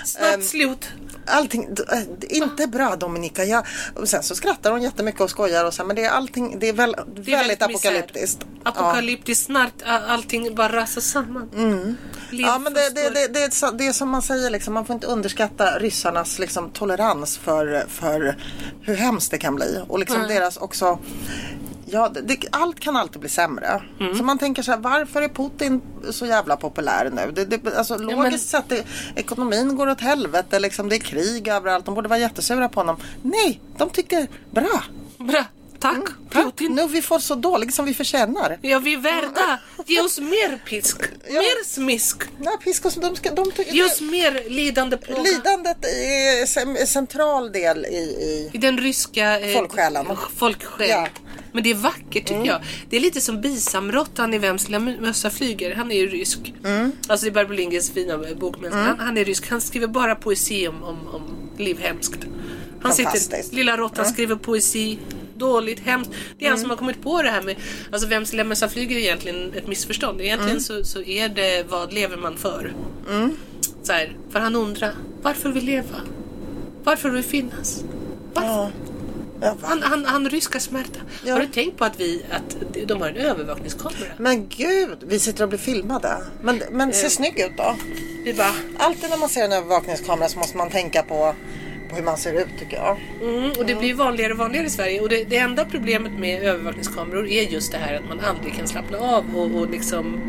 S2: Snabbt slut.
S1: Allting, d- äh, det är inte bra Dominika. Jag, och sen så skrattar hon jättemycket och skojar och så här, men det är allting, det är, väl,
S2: Det är
S1: väldigt
S2: misär.
S1: apokalyptiskt. Ja.
S2: Apokalyptiskt, snart ä, allting bara rasar samman. Lev
S1: Mm. Ja, men det,
S2: förstår.
S1: det, det, det, är så- det är som man säger, liksom, man får inte underskatta ryssarnas liksom, tolerans för, för hur hemskt det kan bli. Och
S2: Mm.
S1: liksom deras också... Ja, det, det, allt kan alltid bli sämre.
S2: Mm.
S1: Så man tänker så här, varför är Putin så jävla populär nu? Det, det, alltså, logiskt sett, det, ekonomin går åt helvete, liksom, det är krig överallt, de borde vara jättesura på honom. Nej, de tycker bra.
S2: Bra, tack
S1: Mm.
S2: Putin.
S1: Nu vi får så dåligt som vi förtjänar.
S2: Ja, vi är värda. Ge oss mer pisk,
S1: Ja.
S2: mer smisk,
S1: Nej, piskos, de ska, de tycker,
S2: ge oss mer lidande plåga.
S1: Lidandet är cen- en central del i... i
S2: I den ryska eh,
S1: Folksjälen.
S2: folksjäl.
S1: Ja. Mm.
S2: Men det är vackert tycker jag. Det är lite som bisamrottan i Vems lilla mö- mössa flyger. Han är ju rysk.
S1: Mm.
S2: Alltså det är Barbro Lindgrens fina bok. Men han, han är rysk. Han skriver bara poesi om, om, om liv hemskt. Han
S1: Fantastiskt. Mm.
S2: sitter, lilla råttan skriver poesi. Dåligt, hemskt. Det är han som har kommit på det här med, alltså Vems lilla mössa flyger är egentligen ett missförstånd. Egentligen
S1: Mm.
S2: så, så är det, vad lever man för? Så här, för han undrar, varför vill leva? Varför vill finnas? Varför?
S1: ja, va?
S2: Han, han, han ryska smärta.
S1: Ja.
S2: Har du tänkt på att, vi, att de har en övervakningskamera?
S1: Men gud, vi sitter och blir filmade. Men, men
S2: Eh.
S1: ser snygg ut då.
S2: Vi bara,
S1: Alltid när man ser en övervakningskamera så måste man tänka på, på hur man ser ut tycker jag.
S2: mm, och det blir vanligare och vanligare i Sverige. Och det, det enda problemet med övervakningskameror är just det här att man aldrig kan slappna av och, och liksom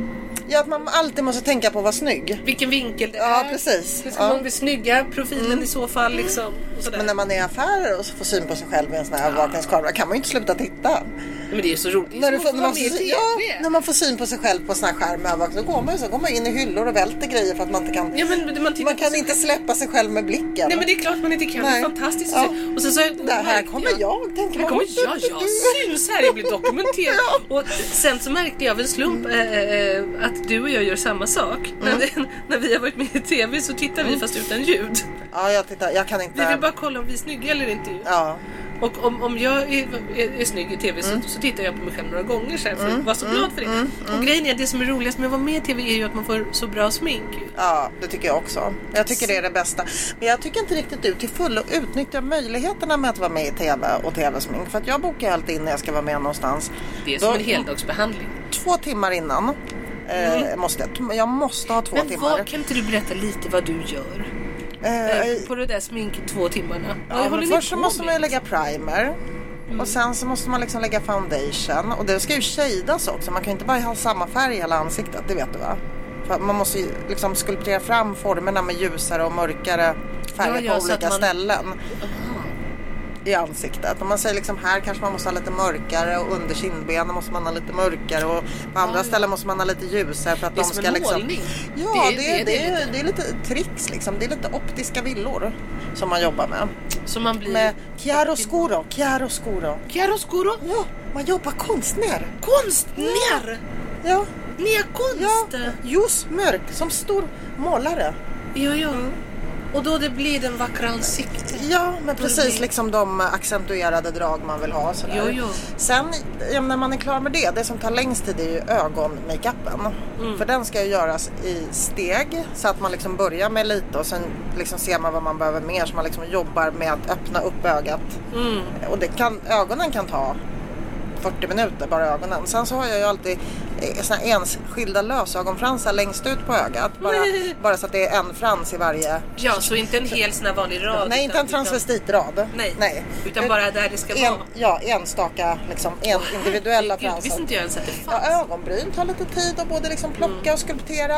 S1: Ja, att man alltid måste tänka på att vara snygg.
S2: vilken vinkel det
S1: Ja,
S2: är.
S1: precis.
S2: Hur ska
S1: Ja. Mm.
S2: man bli snygga? Profilen i så fall liksom. Och sådär.
S1: Men
S2: Men,
S1: när man är i affärer och så får syn på sig själv med en sån här övervakningskamera kan man ju inte sluta titta.
S2: det är ju så roligt. Det är
S1: När, du
S2: som
S1: får,
S2: att
S1: när,
S2: vara
S1: man,
S2: med i
S1: får-
S2: TV.
S1: ja, när man får syn på sig själv på en sån här skärm med övervakning, då går man ju så, går man in i hyllor och välter grejer för att man inte kan.
S2: Ja, men man tittar
S1: man
S2: på
S1: kan
S2: sig
S1: inte släppa sig själv med blicken.
S2: Nej men det är klart man inte kan. Det
S1: Nej.
S2: är fantastiskt.
S1: Ja.
S2: Och sen så
S1: Där, här kommer jag, tänker
S2: Här
S1: man.
S2: kommer jag, jag syns här, jag blir dokumenterad. Och sen så märkte jag av en slump eh, eh, att du och jag gör samma sak.
S1: Mm.
S2: När, när vi har varit med i TV så tittar vi fast utan ljud.
S1: Ja, jag tittar. Jag kan inte.
S2: Vi vill bara kolla om vi är snygga eller inte. ju.
S1: Ja.
S2: Och om, om jag är, är, är snygg i TV
S1: Mm.
S2: så, så tittar jag på mig själv några gånger sen för att vara så glad för det.
S1: Mm.
S2: Och grejen är det som är roligast med att vara med i TV är ju att man får så bra smink. ju.
S1: Ja, det tycker jag också. Jag tycker det är det bästa. Men jag tycker inte riktigt du till fullo utnyttjar möjligheterna med att vara med i TV och TV-smink. För att jag bokar ju alltid in när jag ska vara med någonstans.
S2: Det är som
S1: Då-
S2: en heldagsbehandling.
S1: Två timmar innan. Eh, måste jag, jag måste ha två
S2: Mm. Men
S1: timmar.
S2: vad, kan inte du berätta lite vad du gör?
S1: Eh,
S2: Eh, På det där smink två timmarna. Vad
S1: Ja,
S2: håller
S1: men
S2: ni
S1: först så
S2: på
S1: måste
S2: med? Mm.
S1: man ju lägga primer. Och sen så måste man liksom lägga foundation. Och det ska ju shadas också. Man kan ju inte bara ha samma färg i hela ansiktet, det vet du va? För att man måste ju liksom skulptera fram formerna med ljusare och mörkare färger
S2: Ja, ja,
S1: på
S2: så att
S1: olika
S2: man-
S1: ställen. I ansiktet. Om man säger liksom här kanske man måste ha lite mörkare och under kindbenen måste man ha lite mörkare och på andra ställen måste man ha lite ljusare för att
S2: Det är
S1: de
S2: som
S1: ska
S2: en
S1: liksom...
S2: målning.
S1: Ja, det, det,
S2: är lite.
S1: det, är lite tricks liksom. Det är lite optiska villor som man jobbar med.
S2: Så man blir...
S1: Med chiaroscuro, chiaroscuro.
S2: Chiaroscuro?
S1: Ja, man jobbar konstnär.
S2: Konst! Mer!
S1: Ja,
S2: Mer
S1: ja.
S2: konst! Ja,
S1: ljus, mörk, som stor målare.
S2: ja.
S1: Mm.
S2: Och då det blir den vackra ansiktet.
S1: Ja, men precis
S2: det-
S1: liksom de accentuerade drag man vill ha. Sådär.
S2: Jo, jo.
S1: Sen ja, när man är klar med det, det som tar längst tid är ju ögonmakeupen.
S2: Mm.
S1: För den ska ju göras i steg så att man liksom börjar med lite och sen liksom ser man vad man behöver mer så man liksom jobbar med att öppna upp ögat.
S2: Mm.
S1: Och det kan, ögonen kan ta 40 minuter, bara ögonen. Sen så har jag ju alltid eh, såna här enskilda lösögonfransar längst ut på ögat. Bara, bara så att det är en frans i varje
S2: Ja, så inte en hel sån här vanlig rad.
S1: Nej, inte en
S2: utan-
S1: transvestitrad.
S2: Utan, nej. Utan
S1: Eh,
S2: bara där det ska
S1: en,
S2: vara.
S1: Ja, enstaka, liksom, en, individuella
S2: Herregud, visste
S1: fransar.
S2: inte jag ens att det fanns.
S1: Ja, ögonbryn tar lite tid att både liksom plocka och skulptera.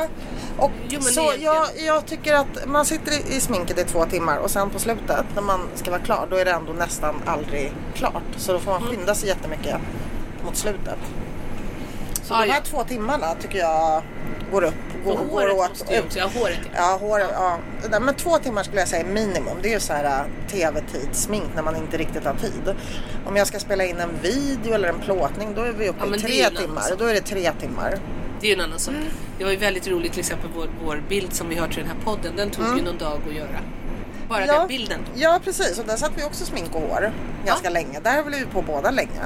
S1: Och
S2: Mm. Jo, men
S1: så
S2: egentligen.
S1: jag, jag tycker att man sitter i, i sminket i två timmar och sen på slutet när man ska vara klar då är det ändå nästan aldrig klart. Så då får
S2: Mm.
S1: man skynda sig jättemycket mot slutet. Så
S2: Ah,
S1: de här
S2: ja.
S1: två timmarna tycker jag går upp. Går,
S2: Och
S1: går
S2: håret
S1: åt,
S2: måste ju också. Ja, håret. ja.
S1: Ja, hår, ja. Det där, men två timmar skulle jag säga är minimum. Det är ju så här äh, tv-tidssmink när man inte riktigt har tid. Om jag ska spela in en video eller en plåtning då är vi uppe
S2: Ja,
S1: i
S2: men det är ju
S1: tre
S2: en annan
S1: timmar.
S2: sak.
S1: Då är det tre timmar.
S2: Det är ju en annan sak.
S1: Mm.
S2: Det var ju väldigt roligt till exempel vår, vår bild som vi har till den här podden. Den tog ju någon dag att göra. Bara den bilden.
S1: Mm. ja, precis. Och där satt vi också smink och hår ganska länge. Där höll vi på båda länge.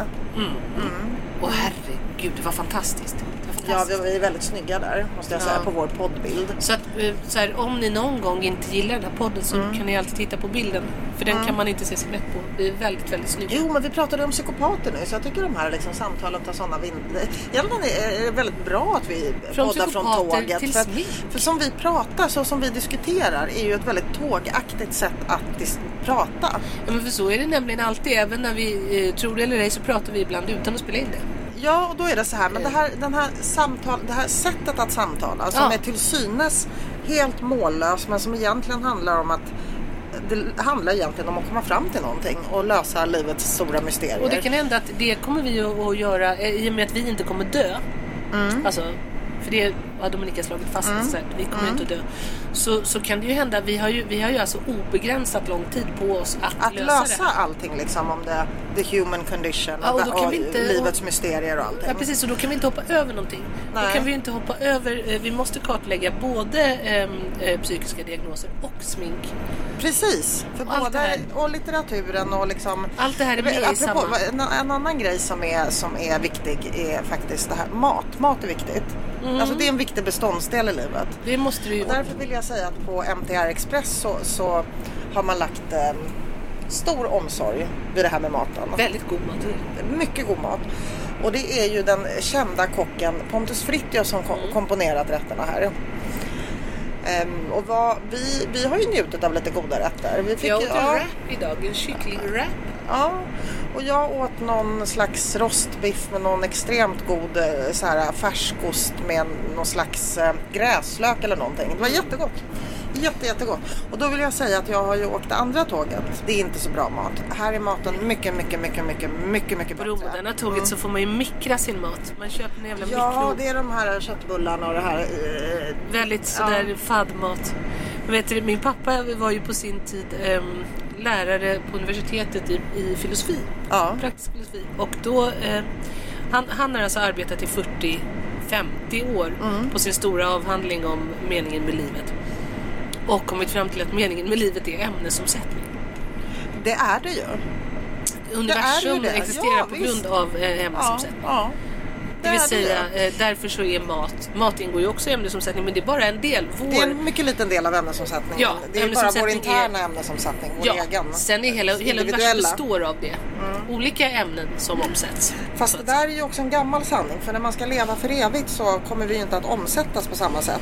S2: Åh herregud, det var fantastiskt. Det var
S1: Ja,
S2: fantastiskt.
S1: vi var ju väldigt snygga där måste jag säga
S2: Ja.
S1: på vår poddbild.
S2: Så att eh, så här, om ni någon gång inte gillar den här podden så kan ni alltid titta på bilden. För den kan man inte se sig mätt på. Det är väldigt, väldigt snyggt.
S1: Jo, men vi pratade om psykopater nu så jag tycker de här liksom, samtalen tar sådana vindar. Egentligen är är det väldigt bra att vi
S2: Från
S1: poddar från
S2: psykopater
S1: tåget.
S2: till
S1: för, att,
S2: smink.
S1: för som vi pratar, så som vi diskuterar, är ju ett väldigt tågaktigt sätt att dis- prata.
S2: Ja, men för så är det nämligen alltid. Även när vi eh, tror det eller ej så pratar vi ibland utan att spela in det.
S1: Ja, och då är det så här, men det här, den här samtal, det här sättet att samtala som
S2: Ja.
S1: är till synes helt mållös men som egentligen handlar om att det handlar egentligen om att komma fram till någonting och lösa livets stora mysterier.
S2: Och det kan hända att det kommer vi att att göra eh, i och med att vi inte kommer dö. Alltså, för det har Dominika slagit fast. Så att vi kommer ju inte att dö. Så, så kan det ju hända. Vi har ju, vi har ju alltså obegränsat lång tid på oss att,
S1: Att lösa,
S2: lösa, det.
S1: allting liksom om det the human condition
S2: Ja, och
S1: och,
S2: då
S1: det-
S2: kan
S1: och
S2: vi inte-
S1: livets mysterier och allting.
S2: Ja precis, och då kan vi inte hoppa över någonting. Då
S1: Nej.
S2: kan vi ju inte hoppa över, eh, vi måste kartlägga både ehm, eh, psykiska diagnoser och smink.
S1: Precis, för
S2: Och allt det
S1: båda,
S2: här.
S1: och litteraturen och liksom
S2: Allt det här är med i samma.
S1: vad- en, en annan grej som är, som är viktig är faktiskt det här mat. Mat är viktigt.
S2: Mm.
S1: Alltså det är en viktig beståndsdel i livet.
S2: Det måste du ju...
S1: Och därför vill jag säga att på MTR Express så, så har man lagt eh, stor omsorg vid det här med maten.
S2: Väldigt god mat.
S1: Mycket god mat. Och det är ju den kända kocken Pontus Fritius som kom- komponerat rätterna här. Ehm, och vad, vi, vi har ju njutit av lite goda rätter. Vi fick
S2: Jag
S1: ju,
S2: åt en
S1: ja,
S2: wrap idag, en kycklingrap.
S1: ja, och jag åt någon slags rostbiff med någon extremt god eh, så här, färskost med någon slags eh, gräslök eller någonting. Det var jättegott. Jätte, jättegott. Och då vill jag säga att jag har ju åkt det andra tåget. Det är inte så bra mat. Här är maten mycket, mycket, mycket, mycket, mycket, mycket
S2: På
S1: bättre.
S2: romarna tåget så får man ju mikra sin mat. Man köper en jävla
S1: Mm. Ja,
S2: mikro.
S1: det är de här köttbullarna och det här. eh,
S2: Väldigt sådär fadmat. Men Vet du, min pappa var ju på sin tid ehm, lärare på universitetet i, i filosofi.
S1: Ja.
S2: ehm, Praktisk filosofi. Och då, eh, han, han har alltså arbetat i 40 50 år
S1: Mm.
S2: på sin stora avhandling om meningen med livet. Och kommit fram till att meningen med livet är ämnesomsättning.
S1: Det är det ju.
S2: Universum
S1: det.
S2: existerar
S1: Ja,
S2: på
S1: visst.
S2: grund av eh,
S1: Ja,
S2: ämnesomsättning.
S1: ja.
S2: Det vill
S1: är ju.
S2: säga, eh, därför så är mat, mat ingår ju också i ämnesomsättning men det är bara en del. Vår,
S1: Det är en mycket liten del av ämnesomsättningen.
S2: Ja,
S1: det är ju bara vår
S2: ämnesomsättning
S1: interna ämnesomsättning, vår
S2: ja,
S1: egen.
S2: sen är hela, hela universum
S1: individuella. Mm. Eh.
S2: består av det. Olika ämnen som omsätts.
S1: Fast det där är ju också en gammal sanning för när man ska leva för evigt så kommer vi ju inte att omsättas på samma sätt.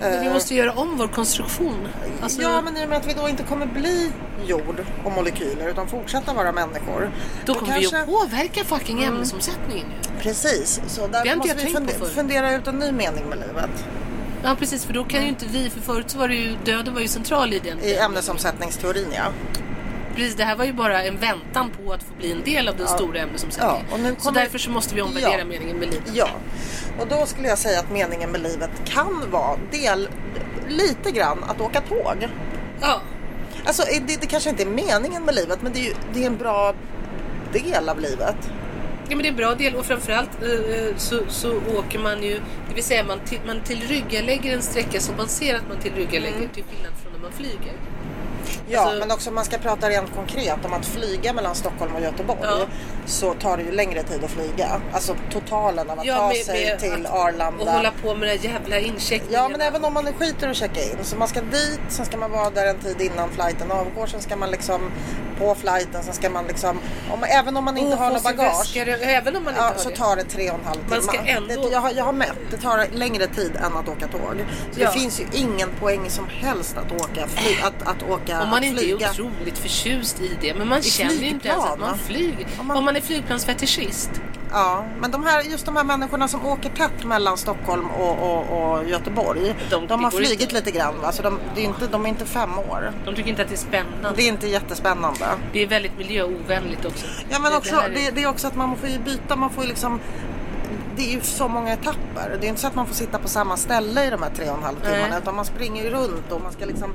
S2: Men Vi måste göra om vår konstruktion. Alltså,
S1: Ja men i och med att vi då inte kommer bli jord och molekyler utan fortsätta vara människor.
S2: då kommer vi att påverka fucking
S1: Mm.
S2: ämnesomsättningen. ju.
S1: Precis, så
S2: Det har
S1: där
S2: inte
S1: måste
S2: jag
S1: vi
S2: tänkt på
S1: funde-
S2: förut.
S1: fundera ut en ny mening med livet.
S2: Ja precis, för då kan ju inte vi, för förut så var det ju, döden var ju central i den.
S1: Mm. I ämnesomsättningsteorin ja.
S2: Precis, det här var ju bara en väntan på att få bli en del av den stora ämnesomsättningen.
S1: Ja, och nu
S2: Så
S1: kommer-
S2: därför så måste vi omvärdera
S1: Ja.
S2: meningen med livet.
S1: Ja, och då skulle jag säga att meningen med livet kan vara del, lite grann att åka tåg.
S2: Ja.
S1: Alltså det, det kanske inte är meningen med livet men det är, ju, det är en bra del av livet.
S2: Ja, men det är en bra del och framförallt eh, eh, så, så åker man ju, det vill säga man, till, man tillryggalägger en sträcka som man ser att man
S1: Mm.
S2: tillryggalägger till skillnad från när man flyger.
S1: Ja,
S2: Alltså-
S1: men också om man ska prata rent konkret om att flyga mellan Stockholm och Göteborg
S2: Ja.
S1: så tar det ju längre tid att flyga. Alltså totalen av att ta sig till
S2: att-
S1: Arlanda.
S2: Och hålla på med de där jävla incheckningarna.
S1: Ja men även om man nu skiter och checka in. Så man ska dit, sen ska man vara där en tid innan flighten avgår. Sen ska man liksom på flighten, sen ska man liksom... Om, även om man inte
S2: Och
S1: har
S2: få
S1: någon
S2: sin
S1: bagage.
S2: väska, även om man inte
S1: Ja,
S2: har
S1: så
S2: det.
S1: tar det tre och en halv timme.
S2: Man ska ändå-
S1: det, jag, har, jag har mätt, det tar längre tid än att åka tåg. Så
S2: Ja. Äh.
S1: det finns ju ingen poäng som helst att åka, fly, att, att åka
S2: Om man inte
S1: flyga.
S2: är otroligt förtjust i det. Men man känner ju inte ens att
S1: flygplan,
S2: man
S1: va?
S2: flyger. Om
S1: Om
S2: man,
S1: man-
S2: är flygplansfetischist.
S1: Ja, men de här, just de här människorna som åker tätt mellan Stockholm och, och, och Göteborg.
S2: De-
S1: De,
S2: det
S1: har
S2: går
S1: flugit
S2: inte.
S1: lite grann va? Så de, det är ju inte, de är inte fem år.
S2: De tycker inte att det är spännande.
S1: Det är inte jättespännande.
S2: Det är väldigt miljöovänligt också.
S1: Ja
S2: Det-
S1: men
S2: det
S1: också,
S2: här är-
S1: det, det är också att man får ju byta, man får ju liksom det är ju så många etapper. Det är inte så att man får sitta på samma ställe i de här tre och en halv
S2: Nej.
S1: timmarna utan man springer ju runt och man ska liksom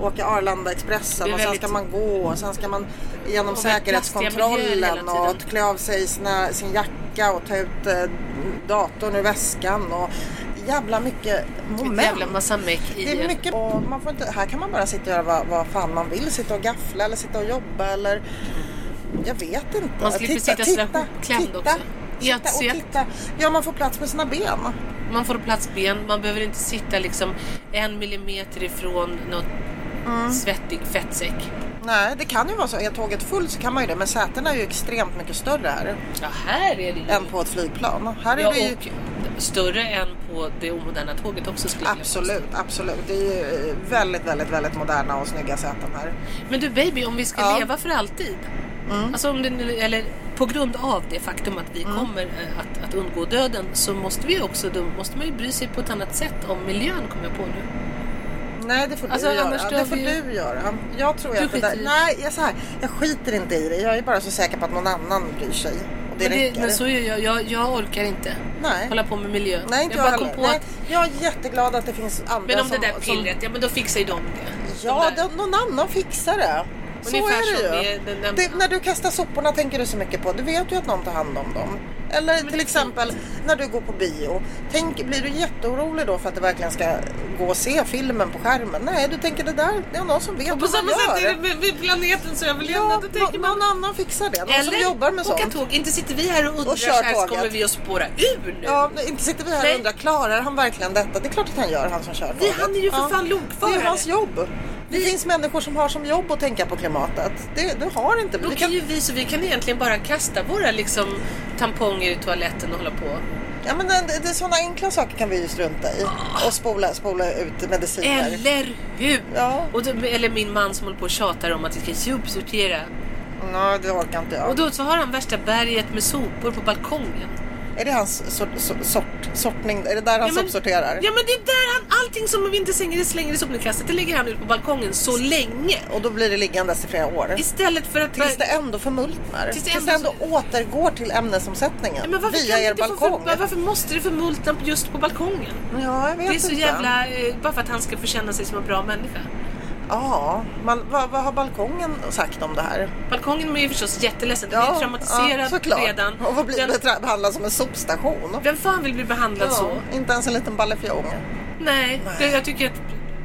S1: åka Arlanda
S2: Det är
S1: Expressen och sen
S2: väldigt-
S1: ska man gå och sen ska man genom
S2: Och väldigt plastiga miljöer hela
S1: säkerhetskontrollen
S2: tiden.
S1: och klä av sig sina, sin jacka och ta ut eh, datorn ur väskan och jävla mycket
S2: Ett
S1: moment.
S2: jävla massa meck i
S1: Det är
S2: en-
S1: mycket, och man får inte, här kan man bara sitta och göra vad, vad fan man vill. Sitta och gaffla eller sitta och jobba eller jag vet inte.
S2: Man slipper sitta sådär hopklämd
S1: titta,
S2: också. I
S1: Titta,
S2: att se-
S1: och titta. Ja, man får plats med sina ben.
S2: Man får plats ben, man behöver inte sitta liksom en millimeter ifrån något
S1: Mm.
S2: svettig fettsäck.
S1: Nej, det kan ju vara så. Är tåget fullt så kan man ju det. Men sätena är ju extremt mycket större här
S2: Ja, här är det ju...
S1: än på ett flygplan. Här är
S2: ja,
S1: det ju...
S2: och större än på det omoderna tåget också skulle jag vilja påstå.
S1: Absolut, absolut. Det är ju eh, väldigt, väldigt, väldigt moderna och snygga säten här.
S2: Men du baby, om vi ska
S1: Ja. Mm.
S2: leva för alltid. Alltså om det, nu- eller på grund av det faktum att vi kommer eh, att, att undgå döden så måste vi också, då måste man ju bry sig på ett annat sätt om miljön kommer jag på nu.
S1: Nej, det får
S2: Alltså,
S1: du
S2: annars
S1: göra.
S2: dör
S1: Det får
S2: vi ju.
S1: du göra. Jag tror
S2: Du
S1: att det
S2: skiter
S1: där...
S2: i det.
S1: Nej, jag, så här, jag skiter inte i det. Jag är bara så säker på att någon annan bryr sig. Och det
S2: men,
S1: räcker.
S2: men så gör jag, jag, jag orkar inte
S1: Nej.
S2: hålla på med miljön.
S1: Nej, inte jag,
S2: jag bara
S1: heller.
S2: kom på
S1: Nej,
S2: att
S1: jag är jätteglad att det finns andra
S2: Men om
S1: som...
S2: det där
S1: som-
S2: pillret, ja men då fixar ju de det.
S1: Ja,
S2: de där,
S1: då, någon annan fixar det. Så
S2: Ungefär
S1: är
S2: som
S1: det ju.
S2: det- den- den-
S1: det, när du kastar soporna tänker du så mycket på. Du vet ju att någon tar hand om dem. Eller till exempel när du går på bio. Tänk, blir du jätteorolig då för att du verkligen ska gå och se filmen på skärmen? Nej, du tänker det där, det är någon som vet
S2: och på
S1: vad man
S2: samma sätt
S1: gör.
S2: är det med, med planetens överlevnad.
S1: Ja,
S2: då tänker
S1: nå-
S2: man,
S1: någon annan fixar det. Någon som jobbar med
S2: åka
S1: sånt.
S2: tåg. Inte sitter vi här och undrar
S1: Och kör
S2: så här så
S1: tåget.
S2: kommer vi att spåra ur nu.
S1: Ja, men inte sitter vi här
S2: Nej.
S1: och undrar, klarar han verkligen detta? Det är klart att han gör, han som kör tåget.
S2: han är ju för
S1: Ja.
S2: fan lokförare.
S1: Det är ju hans jobb. Det finns människor som har som jobb att tänka på klimatet. Det, det har inte
S2: Då
S1: vi.
S2: kan
S1: Kan,
S2: ju vi, så vi kan egentligen bara kasta våra liksom, tamponger i toaletten och hålla på.
S1: ja, men det, det är sådana enkla saker kan vi ju strunta i. Och spola, spola ut mediciner.
S2: Eller hur?
S1: Ja.
S2: Och då, eller min man som håller på och tjatar om att vi ska sopsortera.
S1: Nej, det orkar inte jag.
S2: Och då så har han värsta berget med sopor på balkongen.
S1: Är det hans sort, sort, sort, sortning? Är det där han sopsorterar?
S2: Ja men det är där han, allting som vi inte slänger, slänger i sopnedkastet, det lägger han ut på balkongen så länge.
S1: Och då blir det liggandes i flera år.
S2: Istället för att...
S1: Tills det ändå förmultnar.
S2: Tills
S1: Tills
S2: det
S1: det
S2: ändå-
S1: ändå, återgår till ämnesomsättningen.
S2: men varför,
S1: via
S2: kan
S1: er
S2: inte få
S1: balkong.
S2: För, varför måste det förmultna just på balkongen?
S1: Ja, jag vet
S2: Det är så
S1: inte.
S2: jävla... eh, Bara för att han ska få känna sig som en bra människa.
S1: Ja, man, vad, vad har balkongen sagt om det här?
S2: Balkongen är ju förstås jätteledsen. Den är traumatiserad
S1: såklart.
S2: redan.
S1: Och vad blir
S2: den,
S1: betra- behandlad som en sopstation?
S2: vem fan vill bli behandlad så?
S1: Ja, inte ens en liten ballefjong.
S2: Nej,
S1: Nej.
S2: Det, jag tycker att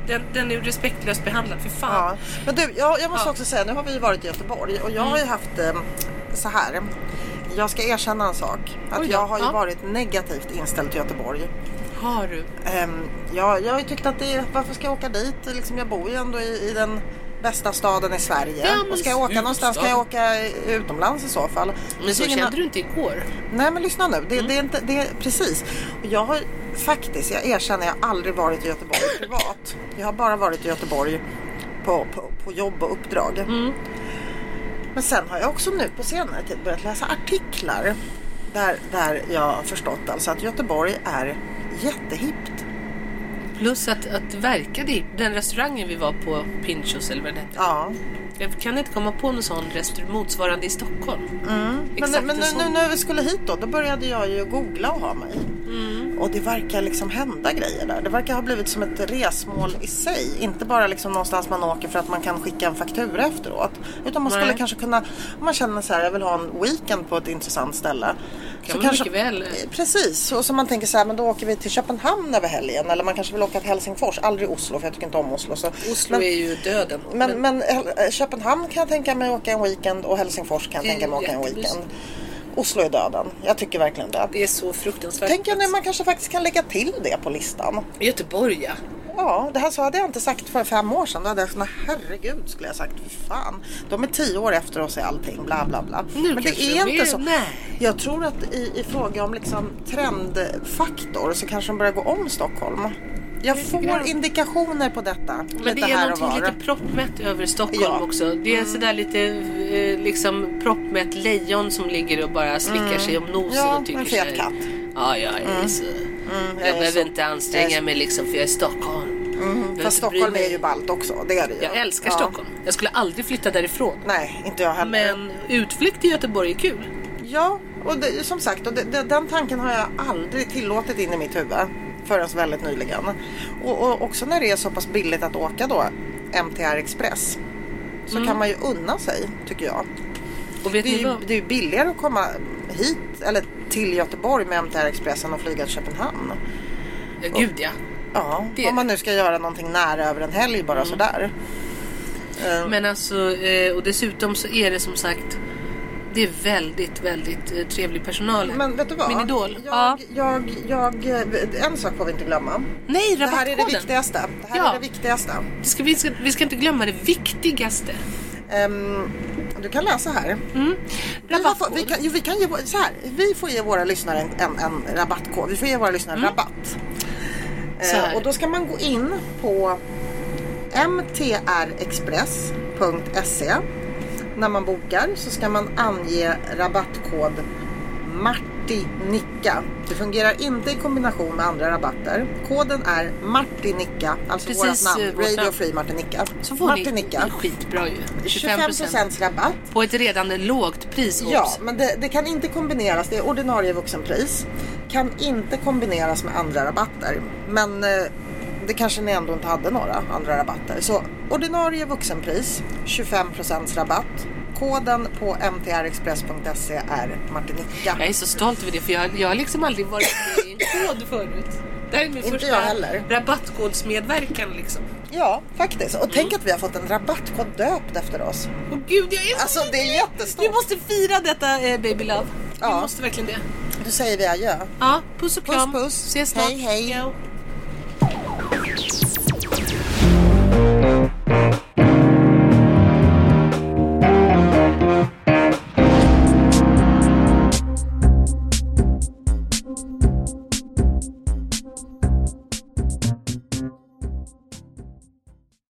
S2: den, den är respektlöst behandlad. För
S1: Ja.
S2: fan.
S1: Men du, jag, jag måste
S2: Ja. Mm.
S1: också säga, nu har vi ju varit i Göteborg och jag har ju haft eh, så här. Jag ska erkänna en sak. Att
S2: Oj då.
S1: jag har ju
S2: Ja.
S1: varit negativt inställd till Göteborg.
S2: Har du?
S1: Ehm, jag, jag har ju tyckt att det, varför ska jag åka dit? Liksom, jag bor ju ändå i, i den bästa staden i Sverige.
S2: Ja, men
S1: och ska jag åka
S2: snygg
S1: någonstans ska jag åka utomlands i så fall. Det
S2: Men
S1: är
S2: så
S1: ju ingen-
S2: kände du inte igår.
S1: Nej men lyssna nu, det, det är inte, det är, precis. Och jag har faktiskt, jag erkänner, jag har aldrig varit i Göteborg privat. Jag har bara varit i Göteborg på, på, på jobb och uppdrag. Men sen har jag också nu på senare tid börjat läsa artiklar där, där jag har förstått alltså att Göteborg är jättehippt.
S2: Plus att, att det verkade i den restaurangen vi var på, Pinchos eller vad den hette.
S1: Ja.
S2: Jag kan inte komma på någon sån restaurang motsvarande i Stockholm.
S1: Men,
S2: Exakt
S1: men
S2: en
S1: nu,
S2: sån.
S1: nu när vi skulle hit då, då började jag ju googla och ha mig.
S2: Mm.
S1: Och det verkar liksom hända grejer där. Det verkar ha blivit som ett resmål i sig. Inte bara liksom någonstans man åker för att man kan skicka en faktura efteråt. Utan man skulle
S2: Nej.
S1: kanske kunna, om man känner så här, jag vill ha en weekend på ett intressant ställe.
S2: man mycket väl.
S1: Precis, och så man tänker så här, men då åker vi till Köpenhamn över helgen. Eller man kanske vill åka till Helsingfors, aldrig Oslo för jag tycker inte om Oslo. Så.
S2: Oslo
S1: men,
S2: är ju döden.
S1: men, men eh, Köpenhamn kan jag tänka mig åka en weekend och Helsingfors kan jag
S2: Det är
S1: tänka mig åka en
S2: jättemysigt.
S1: weekend. Oslo är döden. Jag tycker verkligen det.
S2: det är så fruktansvärt.
S1: Tänk jag nu man kanske faktiskt kan lägga till det på listan.
S2: Göteborg ja.
S1: Ja, det här så hade jag inte sagt för fem år sedan. Då hade jag sagt, "Nej, herregud skulle jag sagt, för fan. De är tio år efter oss i allting, bla bla bla.
S2: Nu
S1: Men det
S2: kanske
S1: är
S2: de
S1: inte
S2: är-
S1: så.
S2: nej.
S1: Jag tror att i, i fråga om liksom trendfaktor så kanske de börjar gå om Stockholm. Jag
S2: Lite
S1: får
S2: grann.
S1: indikationer på detta.
S2: Men det
S1: lite
S2: är
S1: här och var.
S2: någonting lite proppmätt över Stockholm
S1: Ja.
S2: också. Det är sådär lite eh, liksom proppmätt lejon som ligger och bara slickar sig om nosen
S1: Ja,
S2: och tycker
S1: en fet
S2: sig...
S1: katt.
S2: Ja, jag är så...
S1: jag
S2: jag
S1: är
S2: behöver
S1: så-
S2: inte anstränga
S1: jag är-
S2: mig liksom för jag är i Stockholm. Behöver
S1: Fast
S2: inte bry
S1: Stockholm är
S2: mig.
S1: ju ballt också, det är det ju.
S2: Jag älskar
S1: Ja.
S2: Stockholm. Jag skulle aldrig flytta därifrån.
S1: Nej, inte jag heller.
S2: Men utflykt till Göteborg är kul.
S1: Ja, och det, som sagt, och det, det, den tanken har jag aldrig tillåtit in i mitt huvud förrän så väldigt nyligen. Och, och också när det är så pass billigt att åka då, MTR Express, så kan man ju unna sig, tycker jag.
S2: Och Mm. vet
S1: Det är
S2: ni
S1: ju,
S2: vad?
S1: det är ju billigare att komma hit, eller till Göteborg med MTR Express än att flyga till Köpenhamn.
S2: Ja, Gud ja.
S1: Ja,
S2: Det Mm. är
S1: om man nu ska göra någonting nära över en helg bara sådär. Eh,
S2: Men alltså, eh, och dessutom så är det som sagt, det är väldigt, väldigt eh, trevlig personal här.
S1: Men vet du vad?
S2: Min idol. Ja.
S1: Jag, jag, jag, en sak får vi inte glömma.
S2: Nej,
S1: Det här är det
S2: rabattkoden.
S1: viktigaste. Det här
S2: Ja.
S1: är det viktigaste.
S2: Det ska, vi, ska, vi ska inte glömma det viktigaste.
S1: Ehm, du kan läsa här. Vi, har, fått-
S2: Mm. Rabattkod.
S1: vi, kan, jo, vi, kan ge, vår- så här, vi får ge våra lyssnare en, en, en rabattkod. Vi får ge våra lyssnare rabatt.
S2: Mm. Så
S1: Eh,
S2: här.
S1: och då ska man gå in på mtrexpress.se. När man bokar så ska man ange rabattkod Martinica. Det fungerar inte i kombination med andra rabatter. Koden är Martinica, alltså
S2: Precis,
S1: vårt
S2: eh,
S1: namn.
S2: vårt
S1: Radio
S2: namn.
S1: Free Martinica.
S2: Så får
S1: Martinica.
S2: ni skitbra ju. 25,
S1: 25 rabatt.
S2: på ett redan lågt pris.
S1: Ja,
S2: obs.
S1: men det, det kan inte kombineras. Det är ordinarie vuxenpris. Kan inte kombineras med andra rabatter. Men eh, det kanske ni ändå inte hade några andra rabatter. Så ordinarie vuxenpris, 25 rabatt. Koden på mtrexpress.se E är Martinica.
S2: Jag är så stolt över det för jag, jag har liksom aldrig varit med i en kod förut. Det här är min
S1: Inte
S2: första
S1: jag heller.
S2: rabattkodsmedverkan liksom.
S1: Ja, faktiskt. Och tänk att vi har fått en rabattkod döpt efter oss.
S2: Och gud, jag är så
S1: Alltså det är
S2: Vi
S1: jättestort.
S2: måste fira detta eh, baby love.
S1: Ja.
S2: Vi måste verkligen det.
S1: Nu säger vi adjö.
S2: Ja, puss och
S1: Puss,
S2: kram.
S1: puss.
S2: Ses snart.
S1: Hej, hej.
S2: Yo.